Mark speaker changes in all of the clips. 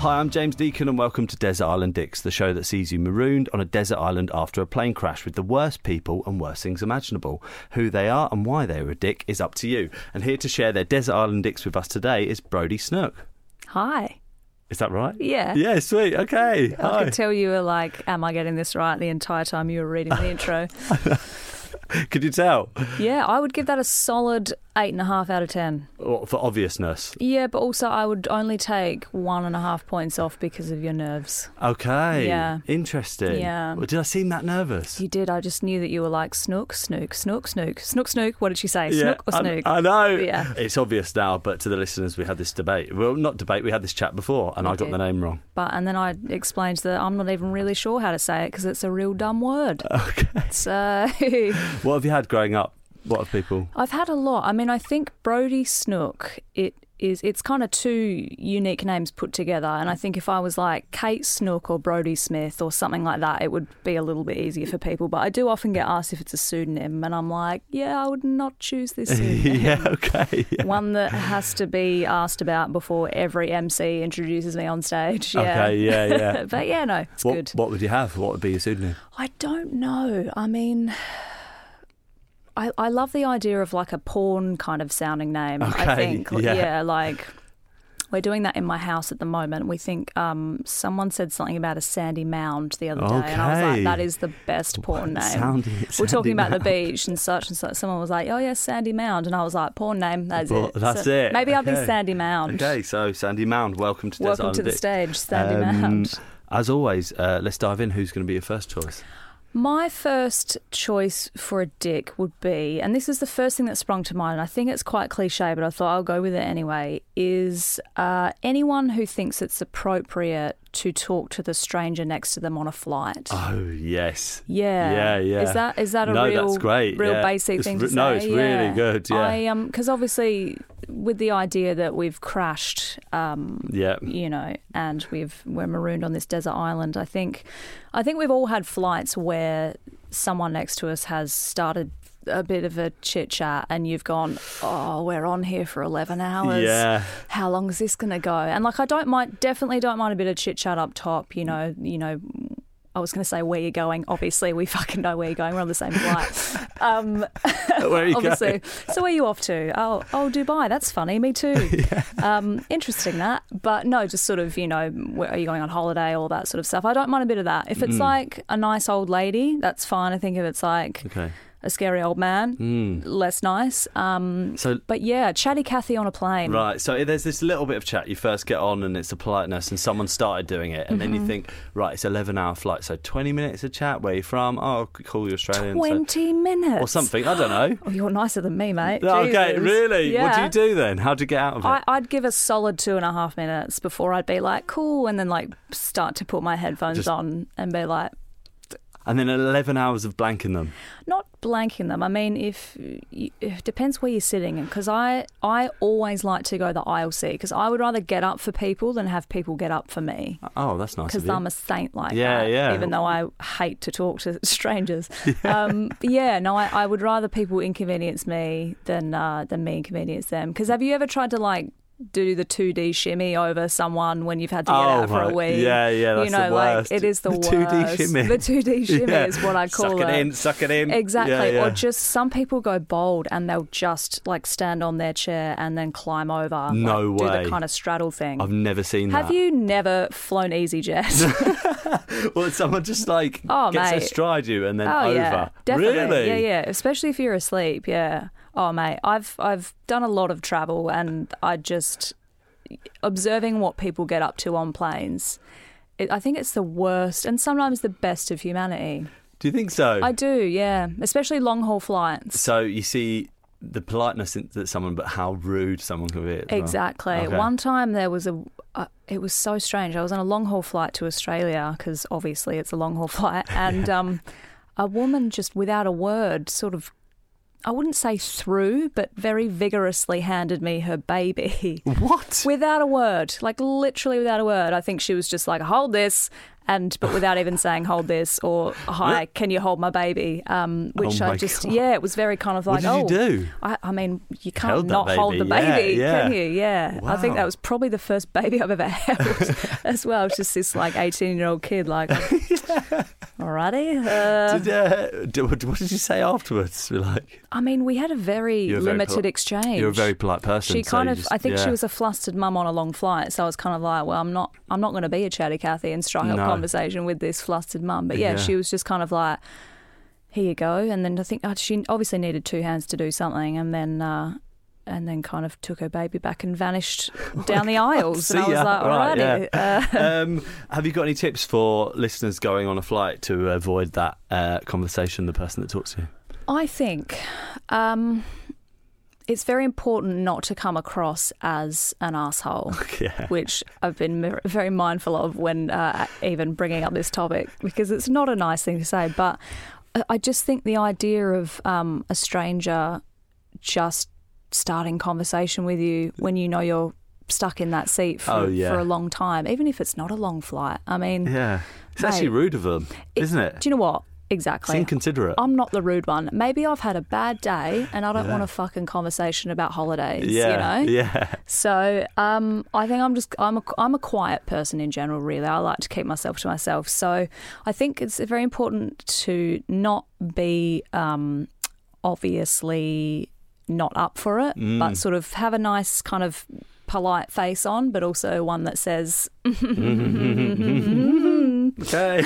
Speaker 1: Hi, I'm James Deacon, and welcome to Desert Island Dicks, the show that sees you marooned on a desert island after a plane crash with the worst people and worst things imaginable. Who they are and why they were a dick is up to you. And here to share their Desert Island Dicks with us today is Brody Snook.
Speaker 2: Hi.
Speaker 1: Is that right?
Speaker 2: Yeah.
Speaker 1: Yeah, sweet. Okay.
Speaker 2: I
Speaker 1: Hi.
Speaker 2: could tell you were like, am I getting this right the entire time you were reading the intro?
Speaker 1: Could you tell?
Speaker 2: Yeah, I would give that a solid eight and a half out of ten.
Speaker 1: Well, for obviousness.
Speaker 2: Yeah, but also I would only take one and a half points off because of your nerves.
Speaker 1: Okay.
Speaker 2: Yeah.
Speaker 1: Interesting.
Speaker 2: Yeah.
Speaker 1: Well, did I seem that nervous?
Speaker 2: You did. I just knew that you were like snook, snook, snook, snook, snook, snook. What did she say? snook or
Speaker 1: I-
Speaker 2: snook?
Speaker 1: I, know.
Speaker 2: Yeah.
Speaker 1: It's obvious now, but to the listeners, we had this debate. Well, not debate, we had this chat before, and
Speaker 2: We
Speaker 1: I got
Speaker 2: did.
Speaker 1: the name wrong.
Speaker 2: but and then I explained that I'm not even really sure how to say it because it's a real dumb word.
Speaker 1: Okay.
Speaker 2: So
Speaker 1: What have you had growing up? What have people?
Speaker 2: I've had a lot. I mean, I think Brody Snook. It is. It's kind of two unique names put together, and I think if I was like Kate Snook or Brody Smith or something like that, it would be a little bit easier for people. But I do often get asked if it's a pseudonym, and I'm like, yeah, I would not choose this pseudonym.
Speaker 1: yeah, okay. yeah.
Speaker 2: One that has to be asked about before every MC introduces me on stage. Yeah.
Speaker 1: Okay, yeah, yeah.
Speaker 2: but yeah, no, it's
Speaker 1: what,
Speaker 2: good.
Speaker 1: what would you have? What would be your pseudonym?
Speaker 2: I don't know. I mean, I, I love the idea of like a porn kind of sounding name.
Speaker 1: Okay,
Speaker 2: I think,
Speaker 1: yeah.
Speaker 2: like we're doing that in my house at the moment. We think um, someone said something about a sandy mound the other day, and I was
Speaker 1: Okay.
Speaker 2: like, that is the best porn name.
Speaker 1: Sandy-
Speaker 2: we're
Speaker 1: Sandy
Speaker 2: talking about
Speaker 1: Mound.
Speaker 2: the beach and such and such. Someone was like, "Oh yeah, Sandy Mound," and I was like, "Porn name, that's
Speaker 1: Well,
Speaker 2: it."
Speaker 1: that's it.
Speaker 2: Maybe I'll be
Speaker 1: Okay.
Speaker 2: Sandy Mound.
Speaker 1: Okay, so Sandy Mound, welcome to Desert
Speaker 2: Welcome
Speaker 1: Island
Speaker 2: to the
Speaker 1: Dick.
Speaker 2: stage, Sandy
Speaker 1: Um,
Speaker 2: Mound.
Speaker 1: As always, uh, let's dive in. Who's going to be your first choice?
Speaker 2: My first choice for a dick would be, and this is the first thing that sprung to mind, and I think it's quite cliche, but I thought I'll go with it anyway, is uh, anyone who thinks it's appropriate to talk to the stranger next to them on a flight.
Speaker 1: Oh yes,
Speaker 2: yeah.
Speaker 1: yeah, yeah.
Speaker 2: Is that is that a
Speaker 1: No,
Speaker 2: real
Speaker 1: that's great,
Speaker 2: real
Speaker 1: yeah.
Speaker 2: basic
Speaker 1: It's
Speaker 2: thing
Speaker 1: re-
Speaker 2: to
Speaker 1: no,
Speaker 2: say?
Speaker 1: it's really
Speaker 2: Yeah.
Speaker 1: good, yeah.
Speaker 2: I um because obviously with the idea that we've crashed um
Speaker 1: yeah.
Speaker 2: you know, and we've we're marooned on this desert island. I think, I think we've all had flights where someone next to us has started a bit of a chit chat, and you've gone, "Oh, we're on here for eleven hours.
Speaker 1: Yeah,
Speaker 2: How long is this gonna go?" And like, I don't mind, definitely don't mind a bit of chit chat up top. You know, you know. I was going to say where you're going. Obviously, we fucking know where you're going. We're on the same flight. Um,
Speaker 1: where are you
Speaker 2: obviously.
Speaker 1: going?
Speaker 2: So where are you off to? Oh, oh, Dubai. That's funny. Me too. um, interesting that, but no, just sort of you know, where are you going on holiday? All that sort of stuff. I don't mind a bit of that. If it's
Speaker 1: Mm.
Speaker 2: like a nice old lady, that's fine. I think if it's like
Speaker 1: Okay. Hmm.
Speaker 2: a scary old man, less nice. Um,
Speaker 1: So
Speaker 2: but yeah, chatty Cathy on a plane.
Speaker 1: Right, so there's this little bit of chat. You first get on, and it's the politeness, and someone started doing it, and then
Speaker 2: Mm-hmm.
Speaker 1: you think, right, it's 11 hour flight, so 20 minutes of chat. Where you from? Oh, call you Australian, so-
Speaker 2: Twenty minutes
Speaker 1: or something. I don't know.
Speaker 2: Oh, you're nicer than me, mate.
Speaker 1: Okay,
Speaker 2: Jesus.
Speaker 1: really? What do
Speaker 2: Yeah.
Speaker 1: you do then? How do you get out of it?
Speaker 2: I, I'd give a solid two and a half minutes before I'd be like, cool, and then like start to put my headphones
Speaker 1: Just-
Speaker 2: on and be like,
Speaker 1: and then 11 hours of blanking them.
Speaker 2: not blanking them. I mean, if you- it depends where you're sitting, because I I always like to go the aisle seat because I would rather get up for people than have people get up for me
Speaker 1: Oh, that's nice. Of
Speaker 2: because
Speaker 1: you.
Speaker 2: I'm a saint like
Speaker 1: Yeah,
Speaker 2: that.
Speaker 1: yeah.
Speaker 2: Even though I hate to talk to strangers. Yeah, um, yeah no, I, I would rather people inconvenience me than uh, than me inconvenience them. Because have you ever tried to like do the 2D shimmy over someone when you've had to get
Speaker 1: Oh,
Speaker 2: out for
Speaker 1: right.
Speaker 2: a week?
Speaker 1: Yeah, yeah, that's
Speaker 2: you
Speaker 1: the
Speaker 2: know,
Speaker 1: worst.
Speaker 2: like it is the,
Speaker 1: The 2D
Speaker 2: worst.
Speaker 1: shimmy.
Speaker 2: The 2D shimmy
Speaker 1: Yeah.
Speaker 2: is what I call
Speaker 1: suck it
Speaker 2: it.
Speaker 1: in, suck it in.
Speaker 2: Exactly.
Speaker 1: Yeah,
Speaker 2: Or
Speaker 1: yeah.
Speaker 2: just some people go bold and they'll just like stand on their chair and then climb over.
Speaker 1: No
Speaker 2: like, Do
Speaker 1: way.
Speaker 2: the kind of straddle thing.
Speaker 1: I've never seen
Speaker 2: Have
Speaker 1: that.
Speaker 2: you never flown EasyJet?
Speaker 1: Well, someone just like
Speaker 2: Oh,
Speaker 1: gets
Speaker 2: mate.
Speaker 1: astride you and then
Speaker 2: oh
Speaker 1: over.
Speaker 2: yeah, definitely.
Speaker 1: Really?
Speaker 2: Yeah, yeah. Especially if you're asleep. Yeah. Oh mate, I've I've done a lot of travel and I just observing what people get up to on planes. It, I think it's the worst and sometimes the best of humanity.
Speaker 1: Do you think so?
Speaker 2: I do, yeah. Especially long haul flights.
Speaker 1: So you see the politeness in- that someone, but how rude someone can be. as well.
Speaker 2: Exactly.
Speaker 1: Okay.
Speaker 2: One time there was a. Uh, it was so strange. I was on a long haul flight to Australia because obviously it's a long haul flight, and um, a woman just without a word sort of I wouldn't say through, but very vigorously handed me her baby
Speaker 1: What?
Speaker 2: without a word, like literally without a word. I think she was just like, "Hold this," and but without even saying "Hold this" or "Hi, can you hold my baby?" Um, which
Speaker 1: Oh my
Speaker 2: I just,
Speaker 1: God.
Speaker 2: yeah, it was very kind of
Speaker 1: What
Speaker 2: like,
Speaker 1: did
Speaker 2: "Oh,
Speaker 1: you do?
Speaker 2: I, I mean, you can't
Speaker 1: Held that
Speaker 2: not hold the
Speaker 1: baby. Yeah,
Speaker 2: baby,
Speaker 1: yeah.
Speaker 2: can you? Yeah, I think
Speaker 1: Wow.
Speaker 2: that was probably the first baby I've ever held as well. It's just this like eighteen-year-old kid, like, alrighty. Uh,
Speaker 1: Did, uh, d- what what did you say afterwards? You're Like
Speaker 2: I mean, we had a very
Speaker 1: You're
Speaker 2: limited
Speaker 1: very pol-
Speaker 2: exchange.
Speaker 1: you're a very polite person.
Speaker 2: She
Speaker 1: so
Speaker 2: kind
Speaker 1: you
Speaker 2: of,
Speaker 1: just-
Speaker 2: I think
Speaker 1: yeah.
Speaker 2: she was a flustered mum on a long flight, so I was kind of like, well, I'm not, I'm not going to be a chatty Cathy and strike up
Speaker 1: No.
Speaker 2: conversation with this flustered mum. But yeah,
Speaker 1: Yeah.
Speaker 2: she was just kind of like, here you go, and then I think oh, she obviously needed two hands to do something, and then. Uh, and then kind of took her baby back and vanished down the aisles.
Speaker 1: Oh see
Speaker 2: and I was
Speaker 1: ya.
Speaker 2: like,
Speaker 1: Right,
Speaker 2: alrighty. Uh,
Speaker 1: um, have you got any tips for listeners going on a flight to avoid that uh, conversation? The person that talks to you.
Speaker 2: Uh, I think um, it's very important not to come across as an asshole.
Speaker 1: Yeah.
Speaker 2: which I've been mer- very mindful of when uh, even bringing up this topic because it's not a nice thing to say. But I- I just think the idea of um, a stranger just starting conversation with you when you know you're stuck in that seat for,
Speaker 1: Oh, yeah.
Speaker 2: for a long time, even if it's not a long flight. I mean,
Speaker 1: Yeah. It's actually
Speaker 2: Mate,
Speaker 1: rude of them,
Speaker 2: it-
Speaker 1: isn't it?
Speaker 2: do you know what?
Speaker 1: It's
Speaker 2: Exactly.
Speaker 1: inconsiderate.
Speaker 2: I'm not the rude one. Maybe I've had a bad day and I don't
Speaker 1: Yeah.
Speaker 2: want a fucking conversation about holidays, you
Speaker 1: yeah.
Speaker 2: know?
Speaker 1: Yeah.
Speaker 2: So um, I think I'm just I'm a, I'm a quiet person in general. Really, I like to keep myself to myself. So I think it's very important to not be um, obviously not up for it,
Speaker 1: Mm.
Speaker 2: but sort of have a nice kind of polite face on, but also one that says "Mm-hmm,
Speaker 1: Okay.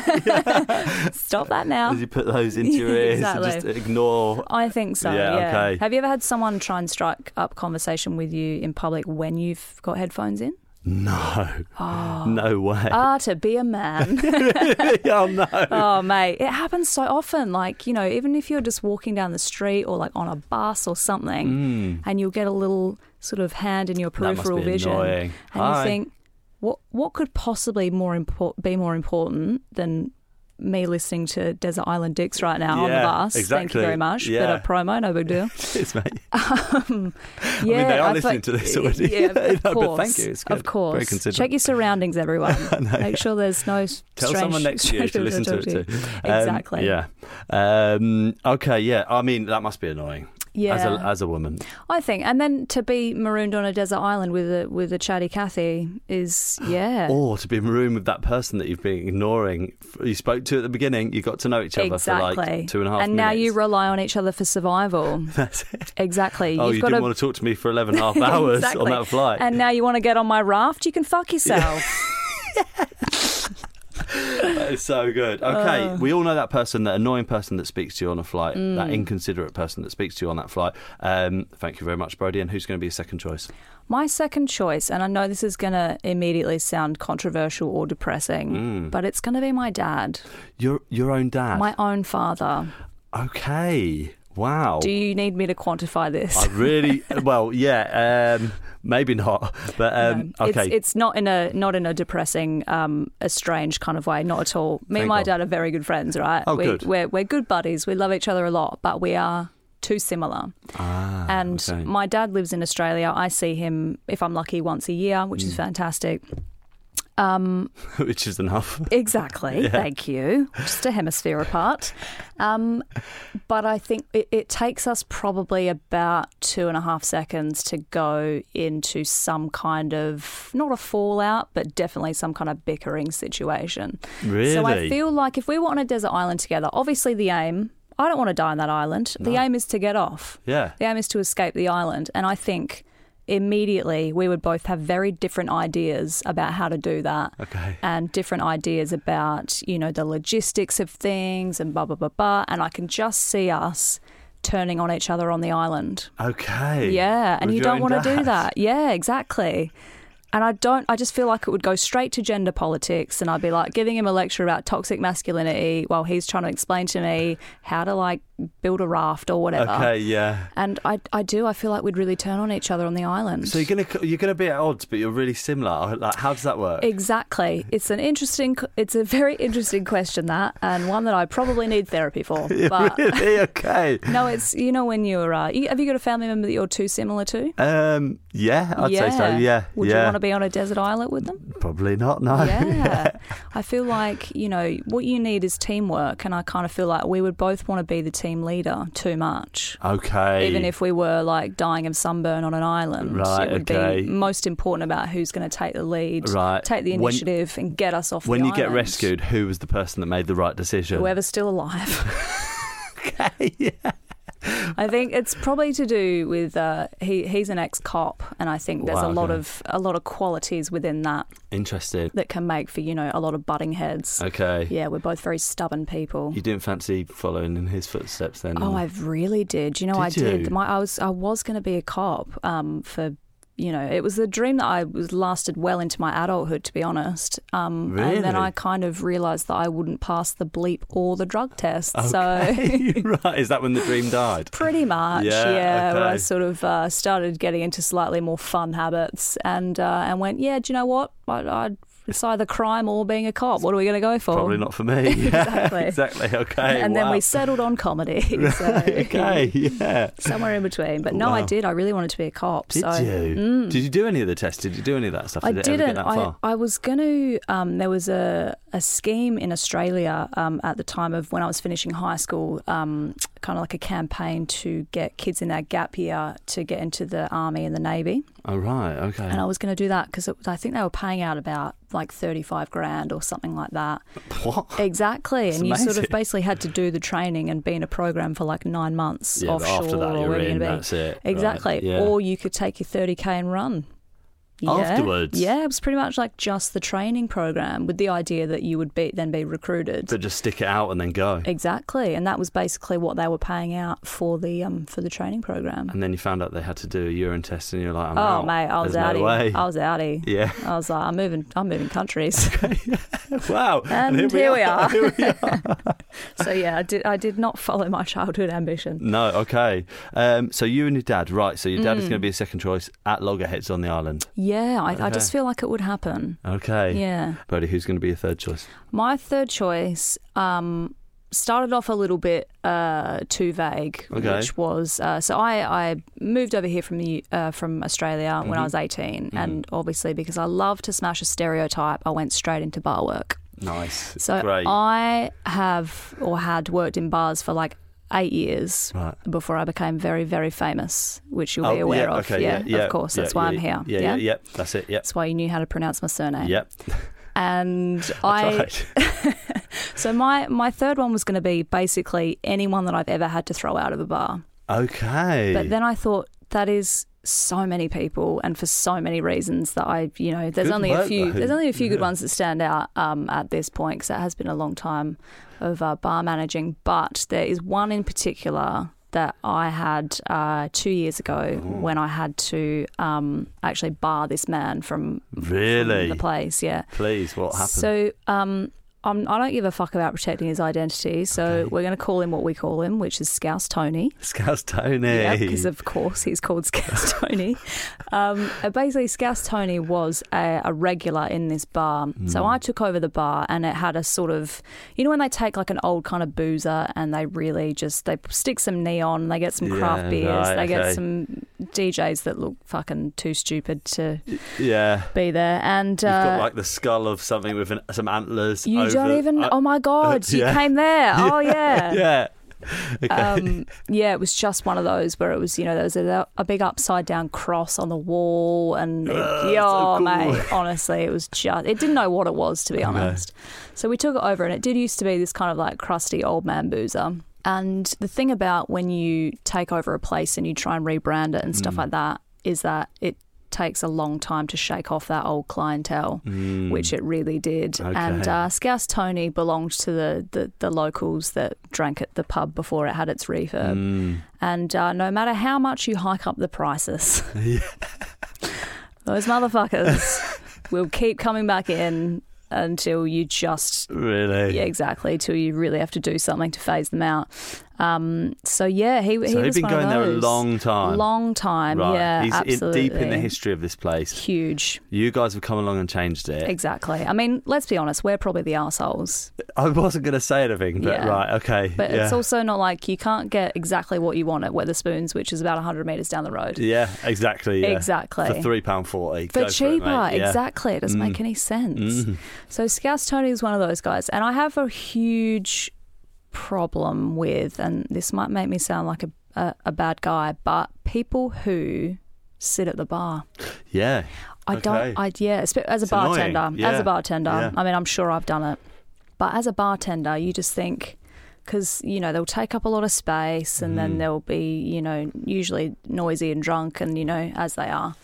Speaker 2: stop that now.
Speaker 1: As you put those into your ears
Speaker 2: Exactly.
Speaker 1: and just ignore.
Speaker 2: I think so.
Speaker 1: Yeah,
Speaker 2: Yeah.
Speaker 1: okay.
Speaker 2: Have you ever had someone try and strike up conversation with you in public when you've got headphones in?
Speaker 1: No. No way.
Speaker 2: Ah, to be a man.
Speaker 1: oh, no.
Speaker 2: Oh, mate, it happens so often. Like, you know, even if you're just walking down the street or like on a bus or something, and you'll get a little sort of hand in your
Speaker 1: Mm. Hmm. That must
Speaker 2: peripheral
Speaker 1: be
Speaker 2: vision,
Speaker 1: annoying.
Speaker 2: and
Speaker 1: Hi.
Speaker 2: you think, what what could possibly more impor- be more important than me listening to Desert Island Dicks right now on the
Speaker 1: Yeah,
Speaker 2: bus? Thank you
Speaker 1: exactly.
Speaker 2: very much.
Speaker 1: Yeah.
Speaker 2: Bit of promo, no big deal. Um,
Speaker 1: Cheers, mate.
Speaker 2: Yeah,
Speaker 1: I mean, they are
Speaker 2: I
Speaker 1: listening
Speaker 2: thought-
Speaker 1: to this already.
Speaker 2: Yeah, of
Speaker 1: No, but
Speaker 2: course.
Speaker 1: thank you, it's good.
Speaker 2: Of course.
Speaker 1: Very considerate.
Speaker 2: Check your surroundings, everyone. Make sure there's no
Speaker 1: Tell
Speaker 2: strange,
Speaker 1: someone next to you
Speaker 2: strange
Speaker 1: to
Speaker 2: people
Speaker 1: listen to it
Speaker 2: talk
Speaker 1: too. Um,
Speaker 2: Exactly.
Speaker 1: yeah. Um, okay. Yeah. I mean, that must be annoying
Speaker 2: Yeah.
Speaker 1: as a as a woman.
Speaker 2: I think, and then to be marooned on a desert island with a with a chatty Cathy is yeah,
Speaker 1: Or to be in a room with that person that you've been ignoring, f- you spoke to at the beginning, you got to know each other
Speaker 2: exactly.
Speaker 1: for like two and a half
Speaker 2: now you
Speaker 1: minutes.
Speaker 2: rely on each other for survival.
Speaker 1: That's it.
Speaker 2: Exactly.
Speaker 1: Oh,
Speaker 2: You've
Speaker 1: you
Speaker 2: got
Speaker 1: didn't
Speaker 2: to,
Speaker 1: want to talk to me for 11 and a half hours on
Speaker 2: Exactly.
Speaker 1: that flight.
Speaker 2: and now you want to get on my raft. You can fuck yourself.
Speaker 1: that is so good. Okay,
Speaker 2: Uh.
Speaker 1: we all know that person, that annoying person that speaks to you on a flight, that
Speaker 2: Mm.
Speaker 1: inconsiderate person that speaks to you on that flight. Um, thank you very much, Brody. And who's going to be your second choice?
Speaker 2: My second choice, and I know this is going to immediately sound controversial or
Speaker 1: Mm.
Speaker 2: depressing, but it's going to be my dad,
Speaker 1: Your your own dad.
Speaker 2: my own father.
Speaker 1: Oh. okay. Wow.
Speaker 2: Do you need me to quantify this?
Speaker 1: I really well, yeah. Um, maybe not, but um, okay.
Speaker 2: It's, it's not in a not in a depressing, um, estranged kind of way. Not at all. Me
Speaker 1: Thank
Speaker 2: and my
Speaker 1: God.
Speaker 2: dad are very good friends, right?
Speaker 1: Oh,
Speaker 2: we,
Speaker 1: good.
Speaker 2: We're we're good buddies. We love each other a lot, but we are too similar.
Speaker 1: ah,
Speaker 2: And
Speaker 1: okay.
Speaker 2: my dad lives in Australia. I see him if I'm lucky once a year, which
Speaker 1: Hmm.
Speaker 2: is fantastic. Um,
Speaker 1: which is enough.
Speaker 2: exactly. Thank you. Just a hemisphere apart. Um, but I think it, it takes us probably about two and a half seconds to go into some kind of, not a fallout, but definitely some kind of bickering situation.
Speaker 1: Really?
Speaker 2: So I feel like if we were on a desert island together, obviously the aim, I don't want to die on that island. The aim is to get off.
Speaker 1: yeah.
Speaker 2: The aim is to escape the island. And I think immediately we would both have very different ideas about how to do that
Speaker 1: Okay.
Speaker 2: and different ideas about, you know, the logistics of things and blah, blah, blah, blah. And I can just see us turning on each other on the island.
Speaker 1: Okay.
Speaker 2: Yeah. And
Speaker 1: With
Speaker 2: you
Speaker 1: your
Speaker 2: don't
Speaker 1: own
Speaker 2: want to do
Speaker 1: dad.
Speaker 2: that. Yeah, exactly. And I don't, I just feel like it would go straight to gender politics. And I'd be like giving him a lecture about toxic masculinity while he's trying to explain to me how to like build a raft or whatever.
Speaker 1: Okay, yeah.
Speaker 2: And I, I do, I feel like we'd really turn on each other on the island.
Speaker 1: So you're gonna you're gonna be at odds, but you're really similar. Like, how does that work?
Speaker 2: Exactly. It's an interesting, it's a very interesting question that, and one that I probably need therapy for. But
Speaker 1: really? Okay.
Speaker 2: no, it's you know when you're, uh, you, have you got a family member that you're too similar to?
Speaker 1: Um. Yeah, I'd say so. Yeah.
Speaker 2: Would
Speaker 1: yeah.
Speaker 2: you want to be on a desert islet with them?
Speaker 1: Probably not. No.
Speaker 2: Yeah. I feel like, you know, what you need is teamwork. And I kind of feel like we would both want to be the team leader too much.
Speaker 1: Okay.
Speaker 2: Even if we were like dying of sunburn on an island,
Speaker 1: Right,
Speaker 2: it would
Speaker 1: okay.
Speaker 2: be most important about who's going to take the lead,
Speaker 1: Right.
Speaker 2: take the
Speaker 1: When-
Speaker 2: initiative, and get us off.
Speaker 1: when
Speaker 2: the
Speaker 1: you get
Speaker 2: island.
Speaker 1: rescued, who was the person that made the right decision?
Speaker 2: whoever's still alive.
Speaker 1: Okay. Yeah.
Speaker 2: I think it's probably to do with uh, he he's an ex cop, and I think there's
Speaker 1: Wow,
Speaker 2: a lot
Speaker 1: okay.
Speaker 2: of a lot of qualities within that
Speaker 1: Interesting.
Speaker 2: that can make for you know a lot of butting heads.
Speaker 1: Okay.
Speaker 2: Yeah, we're both very stubborn people.
Speaker 1: You didn't fancy following in his footsteps then?
Speaker 2: Oh,
Speaker 1: and-
Speaker 2: I really did. You know, I
Speaker 1: Did you?
Speaker 2: did. My, I was I was going to be a cop. Um, for you know, it was a dream that I was lasted well into my adulthood, to be honest. Um, and
Speaker 1: Really?
Speaker 2: then I kind of realised that I wouldn't pass the bleep or the drug test. So.
Speaker 1: Okay. right. Is that when the dream died?
Speaker 2: Pretty much,
Speaker 1: Yeah,
Speaker 2: yeah. where I
Speaker 1: okay.
Speaker 2: sort of uh, started getting into slightly more fun habits, and uh, and went, yeah. Do you know what? I, I, it's either crime or being a cop. What are we going to go for?
Speaker 1: Probably not for me.
Speaker 2: Exactly.
Speaker 1: Yeah, exactly. Okay.
Speaker 2: and then
Speaker 1: wow.
Speaker 2: we settled on comedy. so-
Speaker 1: okay. Yeah.
Speaker 2: somewhere in between. But no, I
Speaker 1: Wow.
Speaker 2: did. I really wanted to be a cop.
Speaker 1: Did
Speaker 2: so Mm.
Speaker 1: you? Did you do any of the tests? Did you do any of that stuff?
Speaker 2: Hmm. I
Speaker 1: Did it ever get
Speaker 2: didn't.
Speaker 1: that
Speaker 2: I,
Speaker 1: far?
Speaker 2: I was going to. Um, there was a, a scheme in Australia um, at the time of when I was finishing high school, um, kind of like a campaign to get kids in that gap year to get into the army and the navy.
Speaker 1: Oh right. Okay.
Speaker 2: And I was going to do that because I think they were paying out about like 35 grand or something like that.
Speaker 1: what?
Speaker 2: Exactly.
Speaker 1: That's
Speaker 2: and you sort
Speaker 1: amazing.
Speaker 2: of basically had to do the training and be in a program for like nine months
Speaker 1: Yeah, but
Speaker 2: offshore
Speaker 1: after that
Speaker 2: or
Speaker 1: you're
Speaker 2: wherever
Speaker 1: in.
Speaker 2: you're gonna be.
Speaker 1: That's it. right,
Speaker 2: Exactly.
Speaker 1: yeah.
Speaker 2: Or you could take your 30K and run. Yeah.
Speaker 1: Afterwards?
Speaker 2: Yeah, it was pretty much like just the training program with the idea that you would be then be recruited.
Speaker 1: but just stick it out and then go.
Speaker 2: exactly. And that was basically what they were paying out for the um for the training program.
Speaker 1: And then you found out they had to do a urine test, and you're like, I'm
Speaker 2: oh
Speaker 1: out.
Speaker 2: mate, I was
Speaker 1: There's
Speaker 2: outie.
Speaker 1: no way.
Speaker 2: I was outie.
Speaker 1: yeah.
Speaker 2: I was like, I'm moving I'm moving countries.
Speaker 1: Wow.
Speaker 2: And here we are.
Speaker 1: Here we are.
Speaker 2: so yeah, I did I did not follow my childhood ambition.
Speaker 1: no. Okay. Um, so you and your dad, right? So your dad
Speaker 2: Mm.
Speaker 1: is going to be a second choice at loggerheads on the island.
Speaker 2: Yeah, I, I
Speaker 1: Okay.
Speaker 2: just feel like it would happen.
Speaker 1: Okay.
Speaker 2: Yeah.
Speaker 1: Brody, who's going to be your third choice?
Speaker 2: My third choice um, started off a little bit uh, too vague,
Speaker 1: Okay.
Speaker 2: which was uh, so I, I moved over here from the uh, from Australia when
Speaker 1: Mm-hmm.
Speaker 2: I was 18 and obviously because I love to smash a stereotype, I went straight into bar work.
Speaker 1: Nice.
Speaker 2: So
Speaker 1: Great.
Speaker 2: I have or had worked in bars for like eight years
Speaker 1: Right.
Speaker 2: before I became very very famous, which you'll
Speaker 1: Oh,
Speaker 2: be aware
Speaker 1: yeah,
Speaker 2: of.
Speaker 1: Okay, yeah, yeah,
Speaker 2: of course,
Speaker 1: yeah,
Speaker 2: that's why
Speaker 1: yeah,
Speaker 2: I'm here.
Speaker 1: Yeah, yeah, yeah. That's it. Yep.
Speaker 2: That's why you knew how to pronounce my surname.
Speaker 1: Yep.
Speaker 2: And
Speaker 1: That's
Speaker 2: I
Speaker 1: right.
Speaker 2: So my my third one was going to be basically anyone that I've ever had to throw out of a bar.
Speaker 1: Okay.
Speaker 2: But then I thought that is so many people and for so many reasons that I you know there's
Speaker 1: Good
Speaker 2: only
Speaker 1: work,
Speaker 2: a few
Speaker 1: though.
Speaker 2: there's only a few good
Speaker 1: Yeah.
Speaker 2: ones that stand out um, at this point because it has been a long time of uh, bar managing. But there is one in particular. That I had uh, two years ago when I had to um, actually bar this man from from
Speaker 1: really?
Speaker 2: the place. Yeah,
Speaker 1: Please, what happened?
Speaker 2: so, um, I'm, I don't give a fuck about protecting his identity. So
Speaker 1: Okay.
Speaker 2: we're going to call him what we call him, which is Scouse Tony.
Speaker 1: Scouse Tony.
Speaker 2: because of course he's called Scouse Tony. Um, uh, basically, Scouse Tony was a, a regular in this bar.
Speaker 1: Hmm.
Speaker 2: So I took over the bar, and it had a sort of, you know, when they take like an old kind of boozer and they really just they stick some neon, they get some craft
Speaker 1: Yeah,
Speaker 2: beers,
Speaker 1: right,
Speaker 2: they
Speaker 1: okay.
Speaker 2: get some DJs that look fucking too stupid to
Speaker 1: yeah.
Speaker 2: be there, and
Speaker 1: You've
Speaker 2: uh,
Speaker 1: got like the skull of something with an, some antlers.
Speaker 2: You
Speaker 1: over-
Speaker 2: don't even.
Speaker 1: uh,
Speaker 2: oh my God! You
Speaker 1: yeah.
Speaker 2: came there. Oh yeah.
Speaker 1: yeah. Okay.
Speaker 2: Um, yeah, it was just one of those where it was, you know, there was a, a big upside down cross on the wall, and it,
Speaker 1: Ugh,
Speaker 2: yeah,
Speaker 1: so
Speaker 2: oh,
Speaker 1: cool.
Speaker 2: mate, honestly, it was just, it didn't know what it was, to be honest. So we took it over, and it did used to be this kind of like crusty old man boozer. And the thing about when you take over a place and you try and rebrand it and
Speaker 1: Mm.
Speaker 2: stuff like that is that it takes a long time to shake off that old clientele,
Speaker 1: Hmm.
Speaker 2: which it really did. And
Speaker 1: Mm. Okay.
Speaker 2: uh, Scouse Tony belonged to the, the, the locals that drank at the pub before it had its
Speaker 1: Mm.
Speaker 2: refurb.
Speaker 1: Hmm.
Speaker 2: And uh, no matter how much you hike up the prices, those motherfuckers we'll keep coming back in until you just
Speaker 1: Really?
Speaker 2: yeah exactly till you really have to do something to phase them out. Um, so yeah, he he
Speaker 1: So
Speaker 2: was
Speaker 1: he'd been
Speaker 2: one of
Speaker 1: going there a
Speaker 2: those.
Speaker 1: long time.
Speaker 2: long time.
Speaker 1: right.
Speaker 2: Yeah,
Speaker 1: He's in,
Speaker 2: absolutely.
Speaker 1: deep in the history of this place.
Speaker 2: Huge,
Speaker 1: You guys have come along and changed it.
Speaker 2: exactly. I mean, let's be honest, we're probably the assholes.
Speaker 1: I wasn't going to say anything, but
Speaker 2: Yeah.
Speaker 1: right, okay.
Speaker 2: But
Speaker 1: yeah.
Speaker 2: it's also not like you can't get exactly what you want at Weatherspoons, which is about 100 metres down the road.
Speaker 1: Yeah, exactly. Yeah.
Speaker 2: Exactly.
Speaker 1: For three pound forty.
Speaker 2: For
Speaker 1: Go for it,
Speaker 2: cheaper,
Speaker 1: mate. Yeah.
Speaker 2: exactly. It doesn't
Speaker 1: Mm.
Speaker 2: make any sense.
Speaker 1: Mm.
Speaker 2: So Scouse Tony is one of those guys, and I have a huge problem with, and this might make me sound like a a, a bad guy, but people who sit at the bar.
Speaker 1: Yeah.
Speaker 2: I
Speaker 1: Okay.
Speaker 2: don't. I yeah. espe- As a
Speaker 1: It's annoying.
Speaker 2: bartender, as
Speaker 1: Yeah.
Speaker 2: a bartender,
Speaker 1: Yeah.
Speaker 2: I mean, I'm sure I've done it, but as a bartender, you just think because you know they'll take up a lot of space, and then
Speaker 1: Mm.
Speaker 2: they'll be you know usually noisy and drunk, and you know as they are.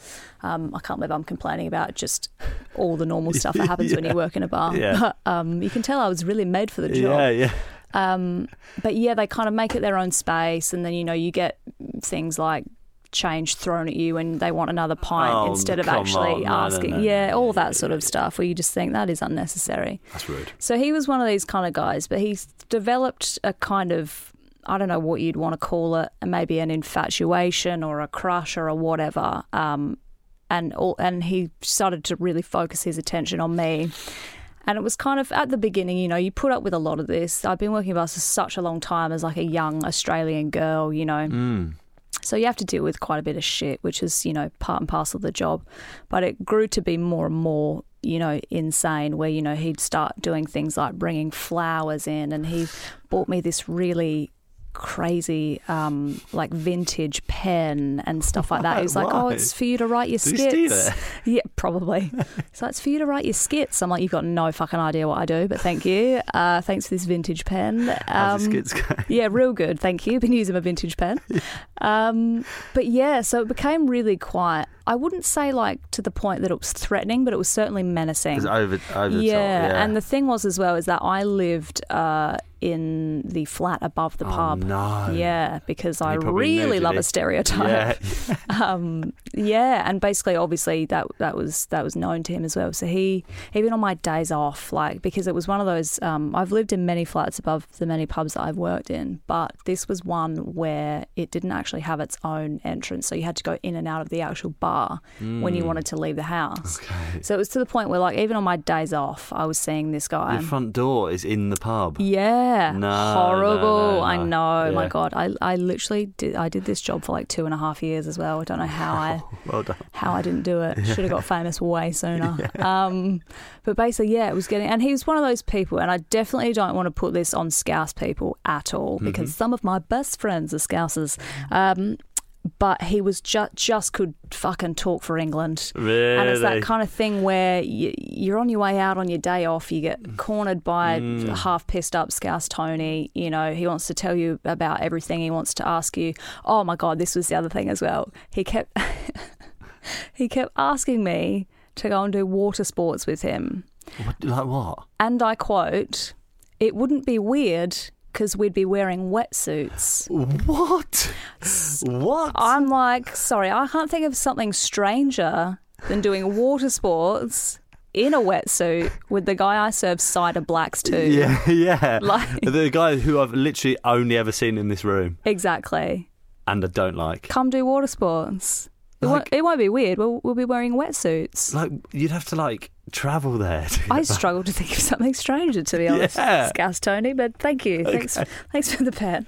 Speaker 2: Um, I can't believe I'm complaining about just all the normal stuff that happens when you work in a bar.
Speaker 1: Yeah.
Speaker 2: But um, you can tell I was really made for the job.
Speaker 1: Yeah, yeah.
Speaker 2: Um, but yeah, they kind of make it their own space, and then you know you get things like change thrown at you, and they want another pint
Speaker 1: Oh,
Speaker 2: instead of
Speaker 1: come on.
Speaker 2: actually
Speaker 1: No, no,
Speaker 2: asking.
Speaker 1: no.
Speaker 2: Yeah, all
Speaker 1: Yeah,
Speaker 2: that sort of
Speaker 1: yeah,
Speaker 2: stuff where you just think that is unnecessary.
Speaker 1: That's rude.
Speaker 2: So he was one of these kind of guys, but he's developed a kind of I don't know what you'd want to call it, maybe an infatuation or a crush or a whatever. Um, and all, and he started to really focus his attention on me. And it was kind of at the beginning, you know, you put up with a lot of this. I've been working with us for such a long time as like a young Australian girl, you know.
Speaker 1: Mm.
Speaker 2: So you have to deal with quite a bit of shit, which is, you know, part and parcel of the job. But it grew to be more and more, you know, insane where, you know, he'd start doing things like bringing flowers in and he bought me this really crazy um like vintage pen and stuff like that he was like oh
Speaker 1: Why?
Speaker 2: it's for you to write your
Speaker 1: Did he
Speaker 2: skits
Speaker 1: steal it?
Speaker 2: yeah, probably. so it's for you to write your skits. I'm like, you've got no fucking idea what I do, but thank you. Uh, thanks for this vintage pen.
Speaker 1: How's
Speaker 2: Um,
Speaker 1: the skits go?
Speaker 2: yeah, real good. Thank you. Been using my vintage pen. Um, but yeah, so it became really quiet. I wouldn't say like to the point that it was threatening, but it was certainly menacing.
Speaker 1: It's over, over the top.
Speaker 2: yeah.
Speaker 1: Yeah.
Speaker 2: and the thing was as well is that I lived uh, in the flat above the
Speaker 1: oh,
Speaker 2: pub.
Speaker 1: No.
Speaker 2: Yeah, because I
Speaker 1: probably knew,
Speaker 2: really
Speaker 1: did
Speaker 2: love
Speaker 1: he?
Speaker 2: a stereotype
Speaker 1: Yeah.
Speaker 2: um, yeah, and basically, obviously, that that was that was known to him as well. So he, even on my days off, like because it was one of those. Um, I've lived in many flats above the many pubs that I've worked in, but this was one where it didn't actually have its own entrance, so you had to go in and out of the actual bar when you
Speaker 1: Mm.
Speaker 2: wanted to leave the house.
Speaker 1: Okay.
Speaker 2: So it was to the point where, like, even on my days off, I was seeing this guy.
Speaker 1: Your front door is in the pub.
Speaker 2: Yeah.
Speaker 1: No,
Speaker 2: Horrible.
Speaker 1: no, no,
Speaker 2: I
Speaker 1: no.
Speaker 2: know. My
Speaker 1: Yeah.
Speaker 2: God. I, I literally did I did this job for like two and a half years as well. I don't know how I
Speaker 1: Well done.
Speaker 2: how I didn't do it. Should have got famous way sooner. Um, but basically, yeah, it was getting. And he was one of those people, and I definitely don't want to put this on Scouse people at all because some of my best friends are Scousers. Um, but he was just just could fucking talk for England.
Speaker 1: Really?
Speaker 2: And it's that kind of thing where you, you're on your way out on your day off, you get cornered by
Speaker 1: Mm.
Speaker 2: half pissed up Scouse Tony. You know, he wants to tell you about everything, he wants to ask you. Oh my God, this was the other thing as well. He kept. he kept asking me to go and do water sports with him.
Speaker 1: What, like what?
Speaker 2: And I quote, it wouldn't be weird because we'd be wearing wetsuits.
Speaker 1: What? What?
Speaker 2: I'm like, sorry, I can't think of something stranger than doing water sports in a wetsuit with the guy I serve cider blacks to.
Speaker 1: yeah, yeah.
Speaker 2: Like,
Speaker 1: the guy who I've literally only ever seen in this room
Speaker 2: exactly.
Speaker 1: and I don't like.
Speaker 2: Come do water sports. It, won't,
Speaker 1: Like-
Speaker 2: it won't be weird. We'll, we'll be wearing wetsuits.
Speaker 1: Like, you'd have to, like, travel there. to get
Speaker 2: I
Speaker 1: back.
Speaker 2: struggle to think of something stranger, to be honest,
Speaker 1: Yeah.
Speaker 2: Scouse Tony. But thank you, thanks, thanks for the pen.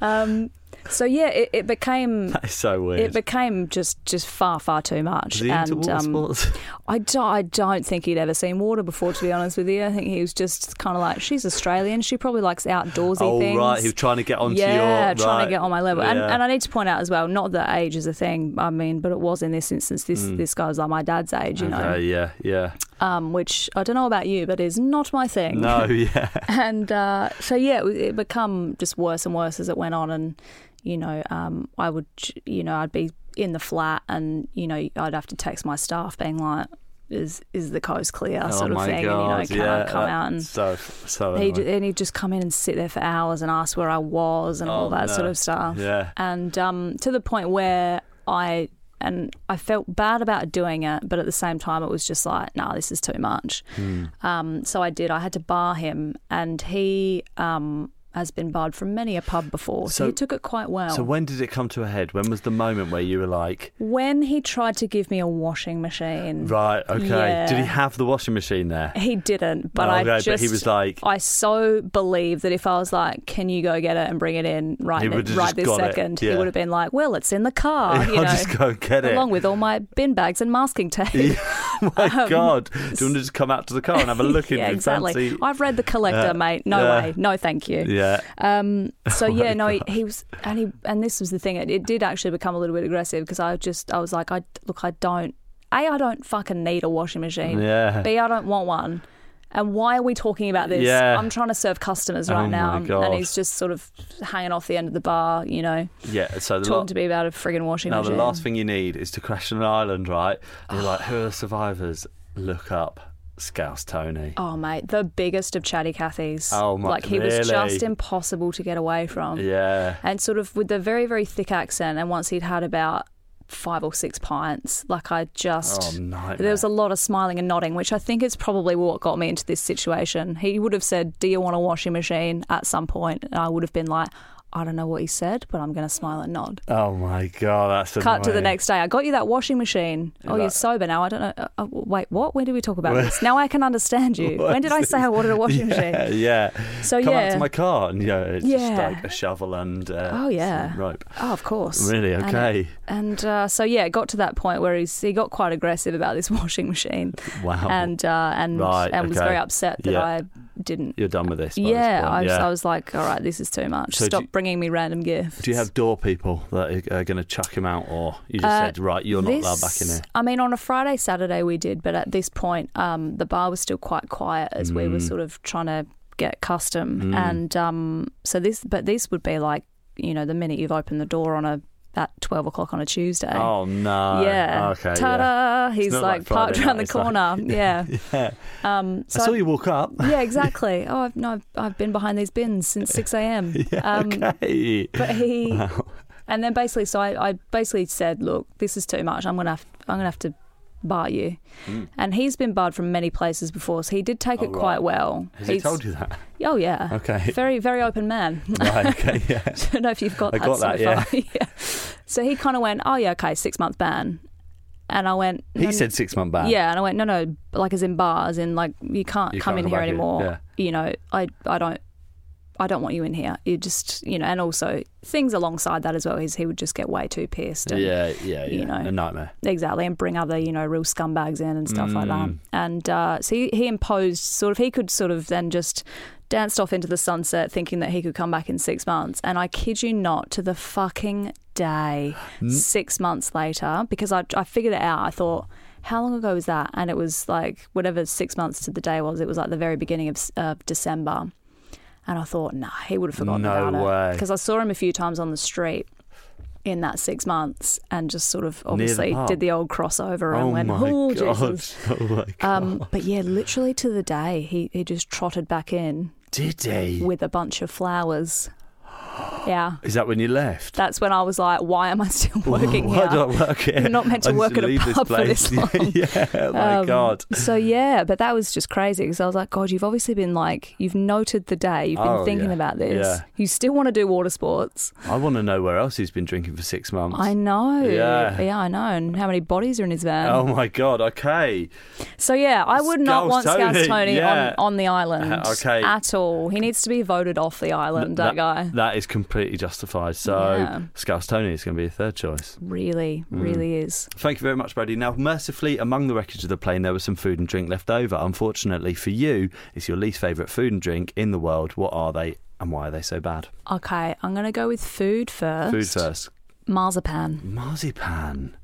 Speaker 2: Um, so yeah, it, it became
Speaker 1: That is so weird.
Speaker 2: it became just just far far too much. um,
Speaker 1: Is he into water sports?
Speaker 2: I don't, I don't think he'd ever seen water before, to be honest with you. I think he was just kind of like, she's Australian. She probably likes outdoorsy
Speaker 1: Oh,
Speaker 2: things.
Speaker 1: right. He was trying to get onto
Speaker 2: yeah,
Speaker 1: your.
Speaker 2: trying
Speaker 1: right.
Speaker 2: to get on my level. And,
Speaker 1: Yeah.
Speaker 2: and I need to point out as well, not that age is a thing. I mean, but it was in this instance. This
Speaker 1: Mm.
Speaker 2: this guy was like my dad's age, you
Speaker 1: Okay, yeah, yeah.
Speaker 2: know, um, which I don't know about you, but is not my thing.
Speaker 1: No, yeah.
Speaker 2: and uh, so yeah, it, it become just worse and worse as it went on, and you know, um, I would, you know, I'd be in the flat, and you know, I'd have to text my staff, being like, "Is is the coast clear?" sort
Speaker 1: oh
Speaker 2: of
Speaker 1: my
Speaker 2: thing,
Speaker 1: God,
Speaker 2: and you know, can
Speaker 1: yeah,
Speaker 2: I come
Speaker 1: that-
Speaker 2: out and.
Speaker 1: so so
Speaker 2: He'd,
Speaker 1: annoying.
Speaker 2: and he'd just come in and sit there for hours and ask where I was and all
Speaker 1: Oh,
Speaker 2: that
Speaker 1: no.
Speaker 2: sort of stuff.
Speaker 1: yeah
Speaker 2: And um, to the point where I and I felt bad about doing it, but at the same time, it was just like, nah, this is too much.
Speaker 1: Hmm.
Speaker 2: Um, so I did. I had to bar him, and he um, has been barred from many a pub before, so,
Speaker 1: So-
Speaker 2: he took it quite well.
Speaker 1: So when did it come to a head? When was the moment where you were like,
Speaker 2: when he tried to give me a washing machine,
Speaker 1: right, okay?
Speaker 2: Yeah.
Speaker 1: Did he have the washing machine there?
Speaker 2: He didn't, but
Speaker 1: No,
Speaker 2: I
Speaker 1: Oh, okay,
Speaker 2: just
Speaker 1: but he was like-
Speaker 2: I so believe that if I was like, "Can you go get it and bring it in right,
Speaker 1: He
Speaker 2: n-
Speaker 1: would've
Speaker 2: right
Speaker 1: just
Speaker 2: this
Speaker 1: got it,
Speaker 2: second,
Speaker 1: yeah.
Speaker 2: He would have been like, "Well, it's in the car," Oh, you
Speaker 1: I'll
Speaker 2: know,
Speaker 1: just go and get it. Oh
Speaker 2: along with all my bin bags and masking tape. Yeah,
Speaker 1: My God, do you want to just come out to the car and have a look in the
Speaker 2: um, exactly.
Speaker 1: fancy?
Speaker 2: I've read the collector,
Speaker 1: Yeah.
Speaker 2: mate. No
Speaker 1: uh, Yeah.
Speaker 2: way, no, thank you.
Speaker 1: Yeah, Oh
Speaker 2: Um, so yeah, no, he, he was, and he, and this was the thing. It, it did actually become a little bit aggressive because I just, I was like, I look, I don't, a, I don't fucking need a washing machine.
Speaker 1: yeah.
Speaker 2: B, I don't want one. And why are we talking about this?
Speaker 1: Yeah.
Speaker 2: I'm trying to serve customers right
Speaker 1: Oh
Speaker 2: now.
Speaker 1: my
Speaker 2: and-
Speaker 1: God.
Speaker 2: And he's just sort of hanging off the end of the bar, you know,
Speaker 1: Yeah, so the
Speaker 2: talking
Speaker 1: lot.
Speaker 2: to me about a friggin' washing
Speaker 1: Now, the
Speaker 2: machine.
Speaker 1: last thing you need is to crash on an island, right? And you're like, who are the survivors? Look up Scouse Tony.
Speaker 2: Oh mate, the biggest of chatty Cathy's.
Speaker 1: Oh, my-
Speaker 2: Like he was
Speaker 1: really?
Speaker 2: just impossible to get away from.
Speaker 1: Yeah.
Speaker 2: And sort of with the very, very thick accent and once he'd had about five or six pints, like I just
Speaker 1: Oh, nightmare.
Speaker 2: There was a lot of smiling and nodding, which I think is probably what got me into this situation. He would have said, Do you want a washing machine at some point? And I would have been like, I don't know what he said, but I'm going to smile and nod.
Speaker 1: oh, my God, that's
Speaker 2: Cut to the
Speaker 1: annoying.
Speaker 2: next day. I got you that washing machine. Oh,
Speaker 1: Like-
Speaker 2: you're sober now. I don't know. Uh, uh, wait, what? When did we talk about this? Now I can understand you.
Speaker 1: What
Speaker 2: When did I
Speaker 1: is
Speaker 2: say I wanted a washing
Speaker 1: Yeah,
Speaker 2: machine?
Speaker 1: yeah.
Speaker 2: So,
Speaker 1: Come out
Speaker 2: Oh, yeah.
Speaker 1: to my car, and yeah, it's just
Speaker 2: Yeah.
Speaker 1: like a shovel and uh,
Speaker 2: Oh, yeah.
Speaker 1: some rope.
Speaker 2: Oh, of course.
Speaker 1: Really?
Speaker 2: And-
Speaker 1: Okay.
Speaker 2: And, uh, so yeah, it got to that point where he's, he got quite aggressive about this washing machine,
Speaker 1: Wow.
Speaker 2: and uh, and
Speaker 1: Right,
Speaker 2: and was
Speaker 1: okay.
Speaker 2: very upset that
Speaker 1: Yeah.
Speaker 2: I didn't
Speaker 1: You're done with this. by this
Speaker 2: Yeah,
Speaker 1: point,
Speaker 2: I was, I was like, all right, this is too much.
Speaker 1: So do
Speaker 2: Stop
Speaker 1: you-
Speaker 2: bringing me random gifts.
Speaker 1: Do you have door people that are, are going to chuck him out, or you just
Speaker 2: Uh,
Speaker 1: said, right, you're not allowed back in
Speaker 2: This-
Speaker 1: here?
Speaker 2: I mean, on a Friday, Saturday we did, but at this point, um, the bar was still quite quiet as we
Speaker 1: Mm.
Speaker 2: were sort of trying to get custom, and um, so this, but this would be like, you know, the minute you've opened the door on a at twelve o'clock on a Tuesday.
Speaker 1: Oh no.
Speaker 2: yeah.
Speaker 1: Okay. yeah.
Speaker 2: Ta-da! He's
Speaker 1: not
Speaker 2: like,
Speaker 1: like Friday
Speaker 2: parked around
Speaker 1: night,
Speaker 2: the
Speaker 1: it's like-
Speaker 2: corner. yeah.
Speaker 1: Yeah.
Speaker 2: Um, so
Speaker 1: I
Speaker 2: I-
Speaker 1: saw you walk up.
Speaker 2: yeah, exactly. Oh, I've, no, I've, I've been behind these bins since six a.m.
Speaker 1: Yeah. okay.
Speaker 2: But Um, he,
Speaker 1: Wow.
Speaker 2: And then basically, so I, I basically said, "Look, this is too much. I'm gonna have, I'm gonna have to bar you."
Speaker 1: Hmm.
Speaker 2: And he's been barred from many places before, so he did take
Speaker 1: Oh,
Speaker 2: it
Speaker 1: right.
Speaker 2: quite well.
Speaker 1: Has he told you that?
Speaker 2: Oh yeah.
Speaker 1: Okay.
Speaker 2: Very very open man.
Speaker 1: right. Okay. Yeah.
Speaker 2: I don't know if you've got
Speaker 1: I
Speaker 2: that.
Speaker 1: got
Speaker 2: so
Speaker 1: that, yeah.
Speaker 2: far. yeah. So he kind of went, "Oh yeah, okay, six month ban," and I went.
Speaker 1: He
Speaker 2: "No,
Speaker 1: said six month ban.
Speaker 2: yeah, and I went, no, no, like as in bars, in like you can't
Speaker 1: You
Speaker 2: come
Speaker 1: can't
Speaker 2: in
Speaker 1: go
Speaker 2: here
Speaker 1: back in,
Speaker 2: anymore. You know, I, I don't, I don't want you in here. You just, you know, and also things alongside that as well is he would just get way too pissed. And,
Speaker 1: Yeah. Yeah. Yeah.
Speaker 2: You know.
Speaker 1: A nightmare.
Speaker 2: Exactly, and bring other you know real scumbags in and stuff like that.
Speaker 1: Mm.
Speaker 2: And uh, so he, he imposed sort of he could sort of then just danced off into the sunset, thinking that he could come back in six months. And I kid you not, to the fucking day,
Speaker 1: Mm.
Speaker 2: six months later, because I I figured it out. I thought. How long ago was that? And it was like whatever six months to the day was. It was like the very beginning of uh, December, and I thought, nah, he would have forgotten
Speaker 1: No
Speaker 2: about it
Speaker 1: way.
Speaker 2: because I saw him a few times on the street in that six months, and just sort of
Speaker 1: Near the
Speaker 2: obviously
Speaker 1: pub.
Speaker 2: did the old crossover and
Speaker 1: Oh
Speaker 2: went,
Speaker 1: my,
Speaker 2: oh,
Speaker 1: God.
Speaker 2: Jesus.
Speaker 1: oh my God.
Speaker 2: Um, but yeah, literally to the day, he, he just trotted back in
Speaker 1: Did he?
Speaker 2: with a bunch of flowers. Yeah.
Speaker 1: Is that when you left?
Speaker 2: That's when I was like, why am I still working
Speaker 1: Why
Speaker 2: here?
Speaker 1: did I oh work here?
Speaker 2: I'm not meant to
Speaker 1: I need
Speaker 2: work at a
Speaker 1: leave
Speaker 2: pub for
Speaker 1: place.
Speaker 2: this long.
Speaker 1: yeah. oh My
Speaker 2: Um,
Speaker 1: God.
Speaker 2: So yeah, but that was just crazy because I was like, God, you've obviously been like, you've noted the day, you've been
Speaker 1: Oh,
Speaker 2: thinking
Speaker 1: yeah.
Speaker 2: about this.
Speaker 1: Yeah.
Speaker 2: You still want to do water sports.
Speaker 1: I want to know where else he's been drinking for six months.
Speaker 2: I know.
Speaker 1: Yeah.
Speaker 2: I know. And how many bodies are in his van.
Speaker 1: Oh my god! Okay,
Speaker 2: So yeah, I would not
Speaker 1: Scouse
Speaker 2: want Scouse
Speaker 1: Tony,
Speaker 2: Tony
Speaker 1: yeah.
Speaker 2: on, on the island
Speaker 1: Uh, okay.
Speaker 2: at all. He needs to be voted off the island.
Speaker 1: That-
Speaker 2: that, guy
Speaker 1: that is completely justified. So, Hmm.
Speaker 2: Yeah.
Speaker 1: Scouse Tony is going to be your third choice.
Speaker 2: really, really is.
Speaker 1: Thank you very much, Brady. Now, mercifully, among the wreckage of the plane, there was some food and drink left over. Unfortunately for you, it's your least favourite food and drink in the world. What are they, and why are they so bad?
Speaker 2: Okay, I'm gonna go with food first.
Speaker 1: Food first.
Speaker 2: Marzipan,
Speaker 1: Marzipan.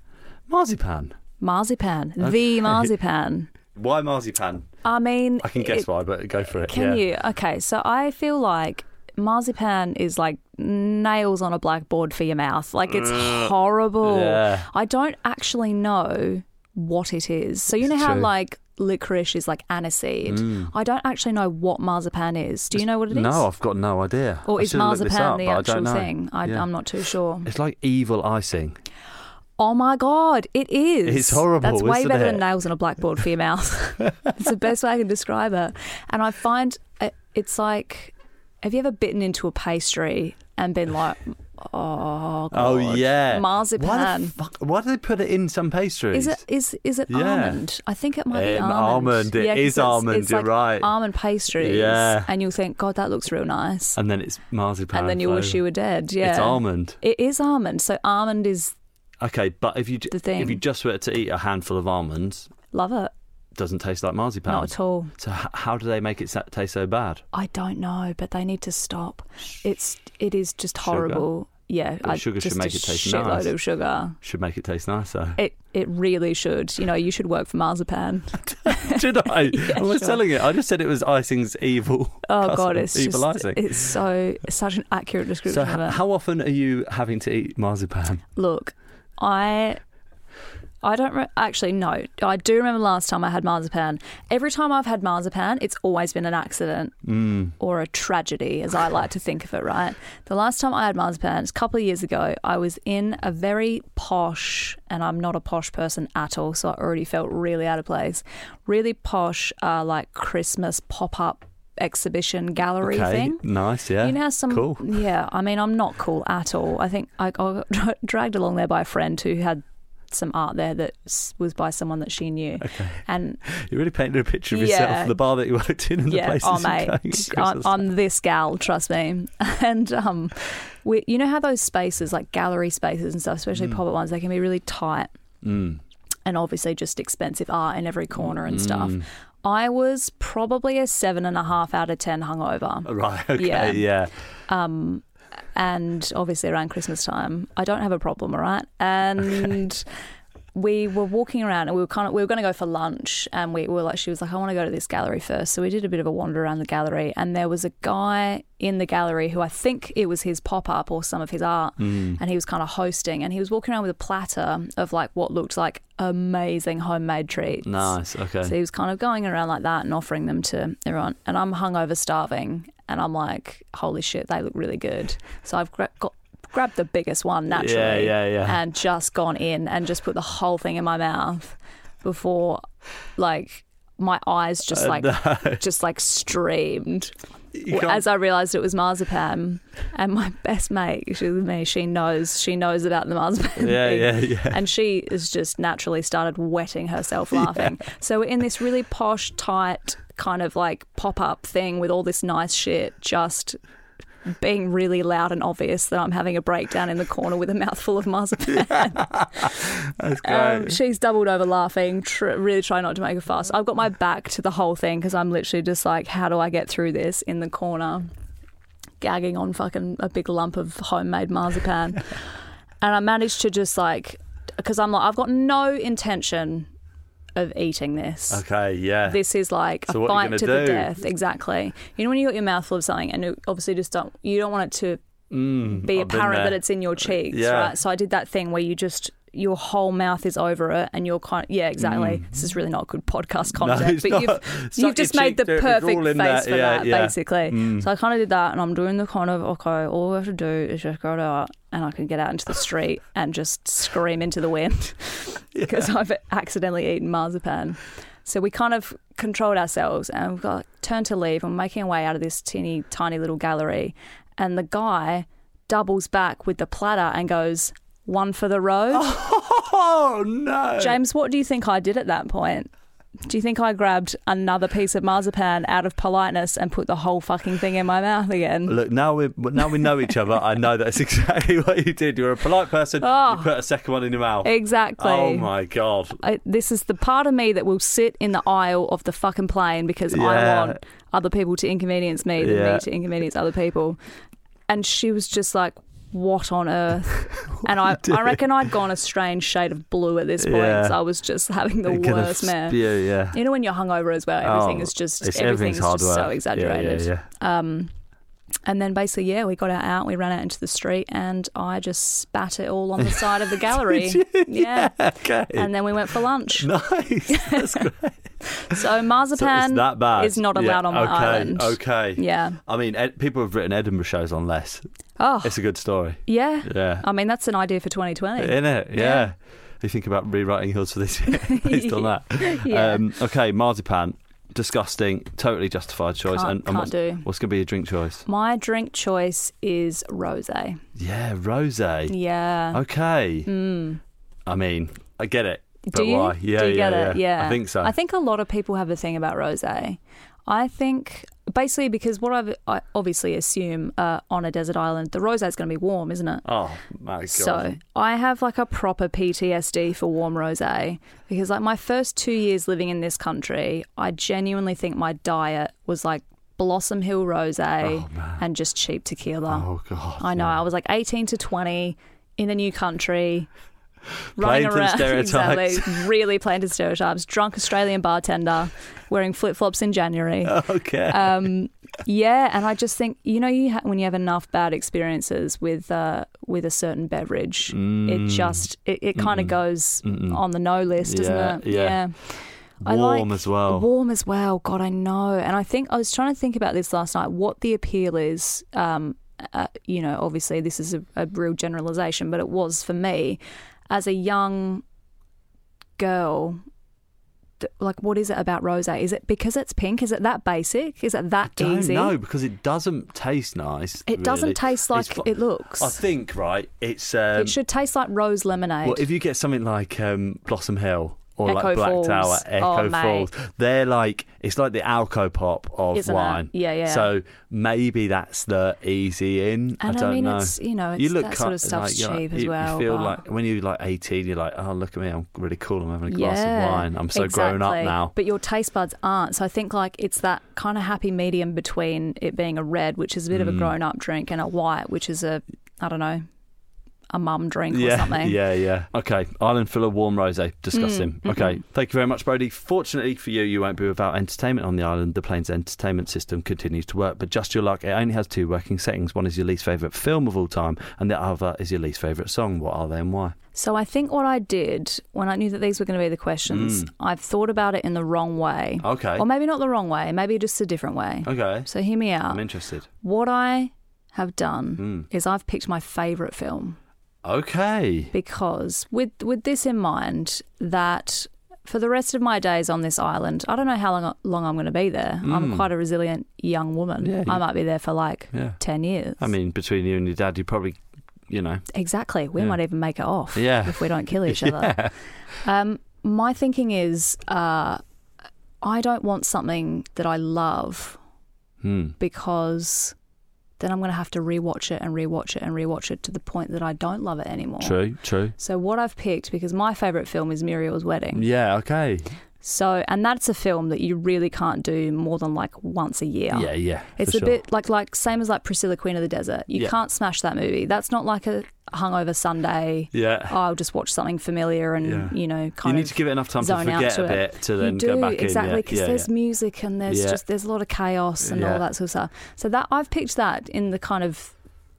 Speaker 1: Marzipan.
Speaker 2: marzipan,
Speaker 1: Okay.
Speaker 2: the marzipan.
Speaker 1: Why marzipan?
Speaker 2: I mean,
Speaker 1: I can guess
Speaker 2: it-
Speaker 1: why, but go for it.
Speaker 2: Can
Speaker 1: yeah.
Speaker 2: you? Okay, so I feel like marzipan is like nails on a blackboard for your mouth. Like it's horrible.
Speaker 1: Yeah.
Speaker 2: I don't actually know what it is. So you know how
Speaker 1: true. Mm.
Speaker 2: like licorice is like aniseed. I don't actually know what marzipan is. Do you know what it is?
Speaker 1: No, I've got no idea.
Speaker 2: Or
Speaker 1: I
Speaker 2: is
Speaker 1: should've looked this
Speaker 2: marzipan
Speaker 1: up,
Speaker 2: the
Speaker 1: but I don't
Speaker 2: actual
Speaker 1: know.
Speaker 2: thing? I,
Speaker 1: Yeah.
Speaker 2: I'm not too sure.
Speaker 1: It's like evil icing.
Speaker 2: Oh my god, it is.
Speaker 1: It's horrible,
Speaker 2: That's way
Speaker 1: isn't
Speaker 2: better
Speaker 1: it?
Speaker 2: than nails on a blackboard for your mouth. it's the best way I can describe it. And I find it, it's like, have you ever bitten into a pastry and been like, oh god,
Speaker 1: Oh yeah,
Speaker 2: marzipan?
Speaker 1: Why the fuck? Why do they put it in some pastries?
Speaker 2: Is it is is it
Speaker 1: Yeah.
Speaker 2: almond? I think it might be
Speaker 1: Um,
Speaker 2: almond.
Speaker 1: almond. It
Speaker 2: Yeah, 'cause
Speaker 1: is
Speaker 2: it's-
Speaker 1: almond,
Speaker 2: It's
Speaker 1: you're
Speaker 2: like
Speaker 1: right.
Speaker 2: Almond pastries.
Speaker 1: Yeah.
Speaker 2: And you'll think, God, that looks real nice.
Speaker 1: And then it's marzipan.
Speaker 2: And then you wish
Speaker 1: flavour.
Speaker 2: you were dead. Yeah.
Speaker 1: It's almond.
Speaker 2: It is almond. So almond is
Speaker 1: Okay, but if you
Speaker 2: The thing.
Speaker 1: if you just were to eat a handful of almonds,
Speaker 2: love it.
Speaker 1: it doesn't taste like marzipan.
Speaker 2: Not at all.
Speaker 1: So h- how do they make it sa- taste so bad?
Speaker 2: I don't know, but they need to stop. It's it is just
Speaker 1: Sugar.
Speaker 2: horrible. Yeah,
Speaker 1: But sugar should
Speaker 2: just
Speaker 1: make
Speaker 2: a
Speaker 1: it taste
Speaker 2: shitload
Speaker 1: nice.
Speaker 2: of sugar.
Speaker 1: Should make it taste nicer.
Speaker 2: It it really should. You know, you should work for marzipan.
Speaker 1: Did I? I was
Speaker 2: sure.
Speaker 1: telling it. I just said it was icing's evil.
Speaker 2: Oh
Speaker 1: cousin,
Speaker 2: god, it's
Speaker 1: evil
Speaker 2: just
Speaker 1: icing.
Speaker 2: it's so such an accurate
Speaker 1: so
Speaker 2: description
Speaker 1: h-
Speaker 2: of it.
Speaker 1: how often are you having to eat marzipan?
Speaker 2: Look, I. I don't re- actually no. I do remember last time I had marzipan. Every time I've had marzipan, it's always been an accident
Speaker 1: Mm.
Speaker 2: or a tragedy, as I like to think of it. Right. The last time I had marzipan, it's a couple of years ago. I was in a very posh, and I'm not a posh person at all, so I already felt really out of place. Really posh, uh, like Christmas pop up exhibition gallery
Speaker 1: Okay,
Speaker 2: thing.
Speaker 1: nice. Yeah.
Speaker 2: You know, how some.
Speaker 1: Cool.
Speaker 2: Yeah, I mean, I'm not cool at all. I think I, I got dra- dragged along there by a friend who had some art there that s- was by someone that she knew. And
Speaker 1: You really painted a picture of
Speaker 2: Yeah.
Speaker 1: yourself, the bar that you worked in, and the
Speaker 2: yeah,
Speaker 1: places
Speaker 2: oh
Speaker 1: you're going at
Speaker 2: mate, I'm,
Speaker 1: Christmas
Speaker 2: I'm this gal, trust me. And um, we, you know how those spaces, like gallery spaces and stuff, especially pop up ones, they can be really tight
Speaker 1: Mm.
Speaker 2: and obviously just expensive art in every corner and stuff.
Speaker 1: Mm.
Speaker 2: I was probably a seven and a half out of ten hungover.
Speaker 1: Right. Okay.
Speaker 2: Yeah.
Speaker 1: Yeah.
Speaker 2: um, and obviously around Christmas time, I don't have a problem, all right? And we were walking around, and we were kind of we were going to go for lunch, and we were like, she was like, I want to go to this gallery first, so we did a bit of a wander around the gallery, and there was a guy in the gallery who I think it was his pop up or some of his art,
Speaker 1: Mm.
Speaker 2: and he was kind of hosting, and he was walking around with a platter of like what looked like amazing homemade treats.
Speaker 1: Nice. Okay.
Speaker 2: So he was kind of going around like that and offering them to everyone. And I'm hungover, starving, and I'm like, holy shit, they look really good. So I've gra- got, grabbed the biggest one naturally
Speaker 1: Yeah. Yeah. Yeah.
Speaker 2: and just gone in and just put the whole thing in my mouth before, like, my eyes just
Speaker 1: Uh,
Speaker 2: like
Speaker 1: no.
Speaker 2: just like streamed
Speaker 1: You can't-
Speaker 2: as I realised it was marzipan. And my best mate, she's with me. She knows she knows about the marzipan.
Speaker 1: yeah.
Speaker 2: thing
Speaker 1: Yeah. Yeah.
Speaker 2: and she is just naturally started wetting herself laughing. So we're in this really posh, tight kind of like pop up thing with all this nice shit, just being really loud and obvious that I'm having a breakdown in the corner with a mouthful of marzipan.
Speaker 1: That's great.
Speaker 2: Um, she's doubled over laughing, tr- really trying not to make a fuss. I've got my back to the whole thing because I'm literally just like, how do I get through this in the corner, gagging on fucking a big lump of homemade marzipan. and I managed to just like, because I'm like, I've got no intention of eating this.
Speaker 1: okay. Yeah.
Speaker 2: This is like
Speaker 1: So
Speaker 2: a
Speaker 1: what are you
Speaker 2: fight to
Speaker 1: gonna
Speaker 2: the
Speaker 1: do?
Speaker 2: death. Exactly. You know when you got your mouth full of something and you obviously just don't you don't want it to
Speaker 1: Mm,
Speaker 2: be
Speaker 1: I've been
Speaker 2: apparent
Speaker 1: there.
Speaker 2: that it's in your cheeks,
Speaker 1: Yeah.
Speaker 2: right? So I did that thing where you just your whole mouth is over it, and you're kind. yeah, exactly. This is really not good podcast content,
Speaker 1: Mm. it's
Speaker 2: but
Speaker 1: not.
Speaker 2: you've
Speaker 1: Suck your
Speaker 2: you've just made
Speaker 1: cheek,
Speaker 2: the
Speaker 1: do it, it's
Speaker 2: perfect
Speaker 1: all
Speaker 2: face
Speaker 1: in there.
Speaker 2: for
Speaker 1: Yeah,
Speaker 2: that,
Speaker 1: yeah.
Speaker 2: basically.
Speaker 1: Mm.
Speaker 2: So I kind of did that, and I'm doing the kind of okay. All I have to do is just go out, and I can get out into the street and just scream into the wind because I've accidentally eaten marzipan. So we kind of controlled ourselves and we got turned to leave. I'm making our way out of this teeny tiny little gallery, and the guy doubles back with the platter and goes, "One for the road."
Speaker 1: Oh no.
Speaker 2: James, what do you think I did at that point? Do you think I grabbed another piece of marzipan out of politeness and put the whole fucking thing in my mouth again?
Speaker 1: Look, now we now we know each other. I know that's exactly what you did. You're a polite person.
Speaker 2: Oh.
Speaker 1: You put a second one in your mouth.
Speaker 2: Exactly.
Speaker 1: Oh my god.
Speaker 2: I, this is the part of me that will sit in the aisle of the fucking plane because
Speaker 1: Yeah.
Speaker 2: I want other people to inconvenience me than
Speaker 1: Yeah.
Speaker 2: me to inconvenience other people. And she was just like, what on earth? and I, I reckon I'd gone a strange shade of blue at this point.
Speaker 1: Yeah.
Speaker 2: So I was just having the
Speaker 1: Gonna
Speaker 2: worst man.
Speaker 1: spew, yeah.
Speaker 2: You know when you're hungover as well, everything
Speaker 1: Oh,
Speaker 2: is just
Speaker 1: It's, everything's
Speaker 2: everything's
Speaker 1: hard
Speaker 2: just
Speaker 1: work.
Speaker 2: so exaggerated.
Speaker 1: Yeah, yeah,
Speaker 2: Um, and then basically, yeah, we got out, we ran out into the street, and I just spat it all on the side of the gallery. yeah.
Speaker 1: yeah. Okay.
Speaker 2: And then we went for lunch.
Speaker 1: nice. That's great.
Speaker 2: So
Speaker 1: So it's
Speaker 2: marzipan
Speaker 1: that bad.
Speaker 2: is not allowed on my
Speaker 1: okay,
Speaker 2: island.
Speaker 1: Okay.
Speaker 2: Yeah.
Speaker 1: I mean, ed- people have written Edinburgh shows on less.
Speaker 2: Oh,
Speaker 1: It's a good story.
Speaker 2: yeah.
Speaker 1: Yeah.
Speaker 2: I mean, that's an idea for 2020.
Speaker 1: In it, yeah.
Speaker 2: Yeah.
Speaker 1: You think about rewriting yours for this year based on that.
Speaker 2: Yeah.
Speaker 1: Um, okay, marzipan, disgusting, totally justified choice.
Speaker 2: Can't- can't
Speaker 1: what's,
Speaker 2: do.
Speaker 1: what's going to be your drink choice?
Speaker 2: My drink choice is rosé.
Speaker 1: Yeah, rose.
Speaker 2: Yeah. Hmm.
Speaker 1: Okay. I mean, I get it. But
Speaker 2: do you?
Speaker 1: why? Yeah,
Speaker 2: do you
Speaker 1: yeah,
Speaker 2: get it?
Speaker 1: yeah.
Speaker 2: Yeah.
Speaker 1: I think so.
Speaker 2: I think a lot of people have a thing about rosé. I think basically because what I've, I obviously assume uh, on a desert island, the rosé is going to be warm, isn't it?
Speaker 1: Oh my god.
Speaker 2: So I have like a proper PTSD for warm rosé because like my first two years living in this country, I genuinely think my diet was like Blossom Hill rosé and just cheap tequila.
Speaker 1: Oh god.
Speaker 2: eh, I know. I was like 18 to 20 in a new country.
Speaker 1: Playing
Speaker 2: Running
Speaker 1: to the
Speaker 2: around,
Speaker 1: stereotypes.
Speaker 2: exactly, really playing to stereotypes. Drunk Australian bartender, wearing flip flops in January.
Speaker 1: Okay.
Speaker 2: Um, yeah, and I just think you know, you ha- when you have enough bad experiences with uh, with a certain beverage,
Speaker 1: Mm.
Speaker 2: it just it, it kind of goes on the no list, doesn't
Speaker 1: Yeah,
Speaker 2: it?
Speaker 1: yeah.
Speaker 2: I
Speaker 1: Warm
Speaker 2: like-
Speaker 1: as well.
Speaker 2: Warm as well. God, I know. And I think I was trying to think about this last night. What the appeal is. Um, uh, you know, obviously this is a, a real generalization, but it was for me as a young girl. th- Like, what is it about rosé? Is it because it's pink? Is it that basic? Is it that
Speaker 1: Don't
Speaker 2: easy?
Speaker 1: know because it doesn't taste nice.
Speaker 2: It doesn't
Speaker 1: really.
Speaker 2: taste like
Speaker 1: It's fu-
Speaker 2: it looks.
Speaker 1: I think right. It's um,
Speaker 2: it should taste like rose lemonade.
Speaker 1: Well, if you get something like um, Blossom Hill or
Speaker 2: Echo
Speaker 1: like Black
Speaker 2: Falls.
Speaker 1: Tower, Echo
Speaker 2: Oh, mate.
Speaker 1: Falls, they're like it's like the alco pop of
Speaker 2: Isn't it?
Speaker 1: wine.
Speaker 2: Yeah, yeah.
Speaker 1: So maybe that's the easy in.
Speaker 2: And
Speaker 1: I
Speaker 2: I
Speaker 1: don't
Speaker 2: mean,
Speaker 1: know.
Speaker 2: it's- you know, it's- that sort
Speaker 1: cut-
Speaker 2: of stuff's
Speaker 1: you're
Speaker 2: cheap
Speaker 1: you,
Speaker 2: as well,
Speaker 1: You feel
Speaker 2: but-
Speaker 1: like when you're like 18, you're like, oh look at me, I'm really cool. I'm having a glass
Speaker 2: Yeah,
Speaker 1: of wine. I'm so grown up
Speaker 2: exactly.
Speaker 1: now.
Speaker 2: But your taste buds aren't. So I think like it's that kind of happy medium between it being a red, which is a bit
Speaker 1: Mm.
Speaker 2: of a grown up drink, and a white, which is a I don't know, a mum drink or
Speaker 1: Yeah,
Speaker 2: something.
Speaker 1: yeah, yeah. Okay, island full of warm rosé. Disgusting.
Speaker 2: Mm,
Speaker 1: Okay, thank you very much, Brody. Fortunately for you, you won't be without entertainment on the island. The plane's entertainment system continues to work, but just your luck, it only has two working settings. One is your least favourite film of all time, and the other is your least favourite song. What are they and why?
Speaker 2: So I think what I did when I knew that these were going to be the questions, I've thought about it in the wrong way,
Speaker 1: Mm. Okay,
Speaker 2: or maybe not the wrong way, maybe just a different way.
Speaker 1: okay.
Speaker 2: So hear me out.
Speaker 1: I'm interested. Hmm.
Speaker 2: what I have done is I've picked my favorite film.
Speaker 1: Okay.
Speaker 2: because with with this in mind that for the rest of my days on this island, I don't know how long long I'm going to be there. I'm quite a resilient young woman.
Speaker 1: Hmm. Yeah,
Speaker 2: I might be there for like
Speaker 1: Yeah.
Speaker 2: 10 years.
Speaker 1: I mean, between you and your dad, you probably, you know,
Speaker 2: exactly. We
Speaker 1: Yeah.
Speaker 2: might even make it off
Speaker 1: Yeah.
Speaker 2: if we don't kill each other. Um, my thinking is uh, I don't want something that I love
Speaker 1: hmm.
Speaker 2: because then I'm going to have to rewatch it and rewatch it and rewatch it to the point that I don't love it anymore.
Speaker 1: True, true.
Speaker 2: So what I've picked because my favorite film is Muriel's Wedding.
Speaker 1: Yeah. Okay.
Speaker 2: So, and that's a film that you really can't do more than like once a year.
Speaker 1: Yeah, yeah.
Speaker 2: It's
Speaker 1: for
Speaker 2: a
Speaker 1: sure.
Speaker 2: bit like like same as like Priscilla Queen of the Desert. You
Speaker 1: Yeah.
Speaker 2: can't smash that movie. That's not like a hungover Sunday.
Speaker 1: Yeah.
Speaker 2: Oh, I'll just watch something familiar and
Speaker 1: Yeah.
Speaker 2: you know kind
Speaker 1: you need
Speaker 2: of
Speaker 1: to give it enough time to
Speaker 2: zone out
Speaker 1: forget
Speaker 2: to
Speaker 1: a
Speaker 2: it.
Speaker 1: bit to then
Speaker 2: you do
Speaker 1: go back
Speaker 2: exactly
Speaker 1: in.
Speaker 2: because there's music and there's
Speaker 1: Yeah.
Speaker 2: just there's a lot of chaos and
Speaker 1: Yeah.
Speaker 2: all that sort of stuff. So that I've picked that in the kind of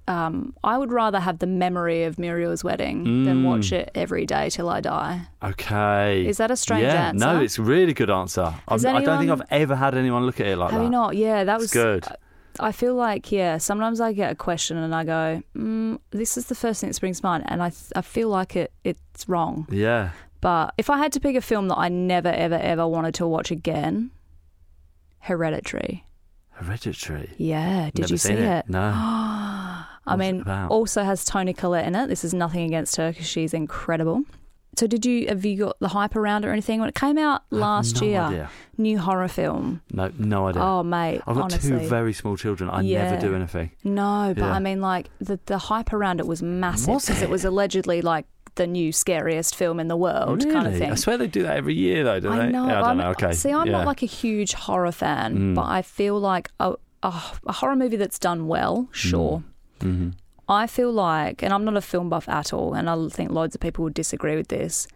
Speaker 2: um, I would rather have the memory of Muriel's wedding than watch
Speaker 1: Mm.
Speaker 2: it every day till I die.
Speaker 1: Okay.
Speaker 2: Is that a strange
Speaker 1: yeah,
Speaker 2: answer?
Speaker 1: No, it's a really good answer. I've,
Speaker 2: Has
Speaker 1: I don't think
Speaker 2: anyone-
Speaker 1: I've ever had anyone look at it like
Speaker 2: Have
Speaker 1: that.
Speaker 2: you not? Yeah, that was uh,
Speaker 1: It's good.
Speaker 2: I feel like, yeah, sometimes I get a question and I go, mm, this is the first thing that springs to mind. And I, th- I feel like it, it's wrong.
Speaker 1: Yeah.
Speaker 2: But if I had to pick a film that I never, ever, ever wanted to watch again, Hereditary.
Speaker 1: Hereditary.
Speaker 2: Yeah. Did
Speaker 1: Never
Speaker 2: you see
Speaker 1: seen
Speaker 2: it?
Speaker 1: No. What's
Speaker 2: I
Speaker 1: it
Speaker 2: mean,
Speaker 1: about?
Speaker 2: also has Tony Collette in it. This is nothing against her because she's incredible. So, did you have you got the hype around it or anything when it came out last
Speaker 1: no
Speaker 2: year?
Speaker 1: idea.
Speaker 2: New horror film.
Speaker 1: No, no idea.
Speaker 2: Oh, mate.
Speaker 1: I've got
Speaker 2: honestly.
Speaker 1: two very small children. I never
Speaker 2: Yeah.
Speaker 1: do anything.
Speaker 2: No, but
Speaker 1: Yeah.
Speaker 2: I mean, like the the hype around it was massive
Speaker 1: Was
Speaker 2: because it?
Speaker 1: it?
Speaker 2: was allegedly like the new scariest film in the world, kind of
Speaker 1: Really?
Speaker 2: thing.
Speaker 1: I swear they do that every year, though, don't
Speaker 2: I
Speaker 1: they?
Speaker 2: know.
Speaker 1: Yeah, I don't
Speaker 2: I'm-
Speaker 1: know. Okay.
Speaker 2: See, I'm
Speaker 1: Yeah. Mm.
Speaker 2: not like a huge horror fan, but I feel like a, a, a horror movie that's done well,
Speaker 1: Mm.
Speaker 2: sure.
Speaker 1: Mm-hmm.
Speaker 2: I feel like, and I'm not a film buff at all, and I think loads of people would disagree with this.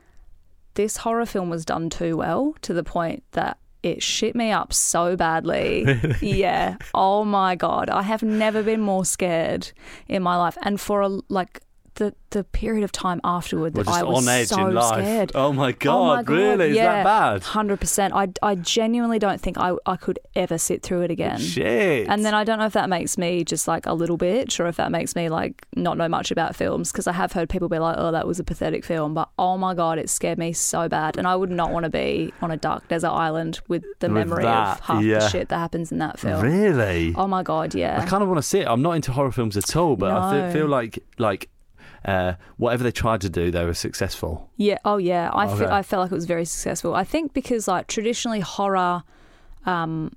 Speaker 2: This horror film was done too well to the point that it shit me up so badly. yeah. Oh my god, I have never been more scared in my life, and for a like. the, the period of time afterward
Speaker 1: We're
Speaker 2: that
Speaker 1: just
Speaker 2: I was
Speaker 1: on edge
Speaker 2: so
Speaker 1: in life.
Speaker 2: scared.
Speaker 1: Oh my god, really? Is that bad?
Speaker 2: Hundred percent. I I genuinely don't think I I could ever sit through it again.
Speaker 1: Shit.
Speaker 2: And then I don't know if that makes me just like a little bitch or if that makes me like not know much about films because I have heard people be like, oh, that was a pathetic film, but oh my God, it scared me so bad. And I would not want to be on a dark desert island with the
Speaker 1: With
Speaker 2: memory
Speaker 1: that,
Speaker 2: of half
Speaker 1: yeah.
Speaker 2: the shit that happens in that film.
Speaker 1: really?
Speaker 2: Oh my God,
Speaker 1: I
Speaker 2: yeah.
Speaker 1: kind of want to see it. I'm not into horror films at all, but I fe-
Speaker 2: No.
Speaker 1: feel like like uh, whatever they tried to do, they were successful.
Speaker 2: Yeah. Oh, yeah. I, fe-
Speaker 1: Okay.
Speaker 2: I felt like it was very successful. I think because like traditionally horror, um,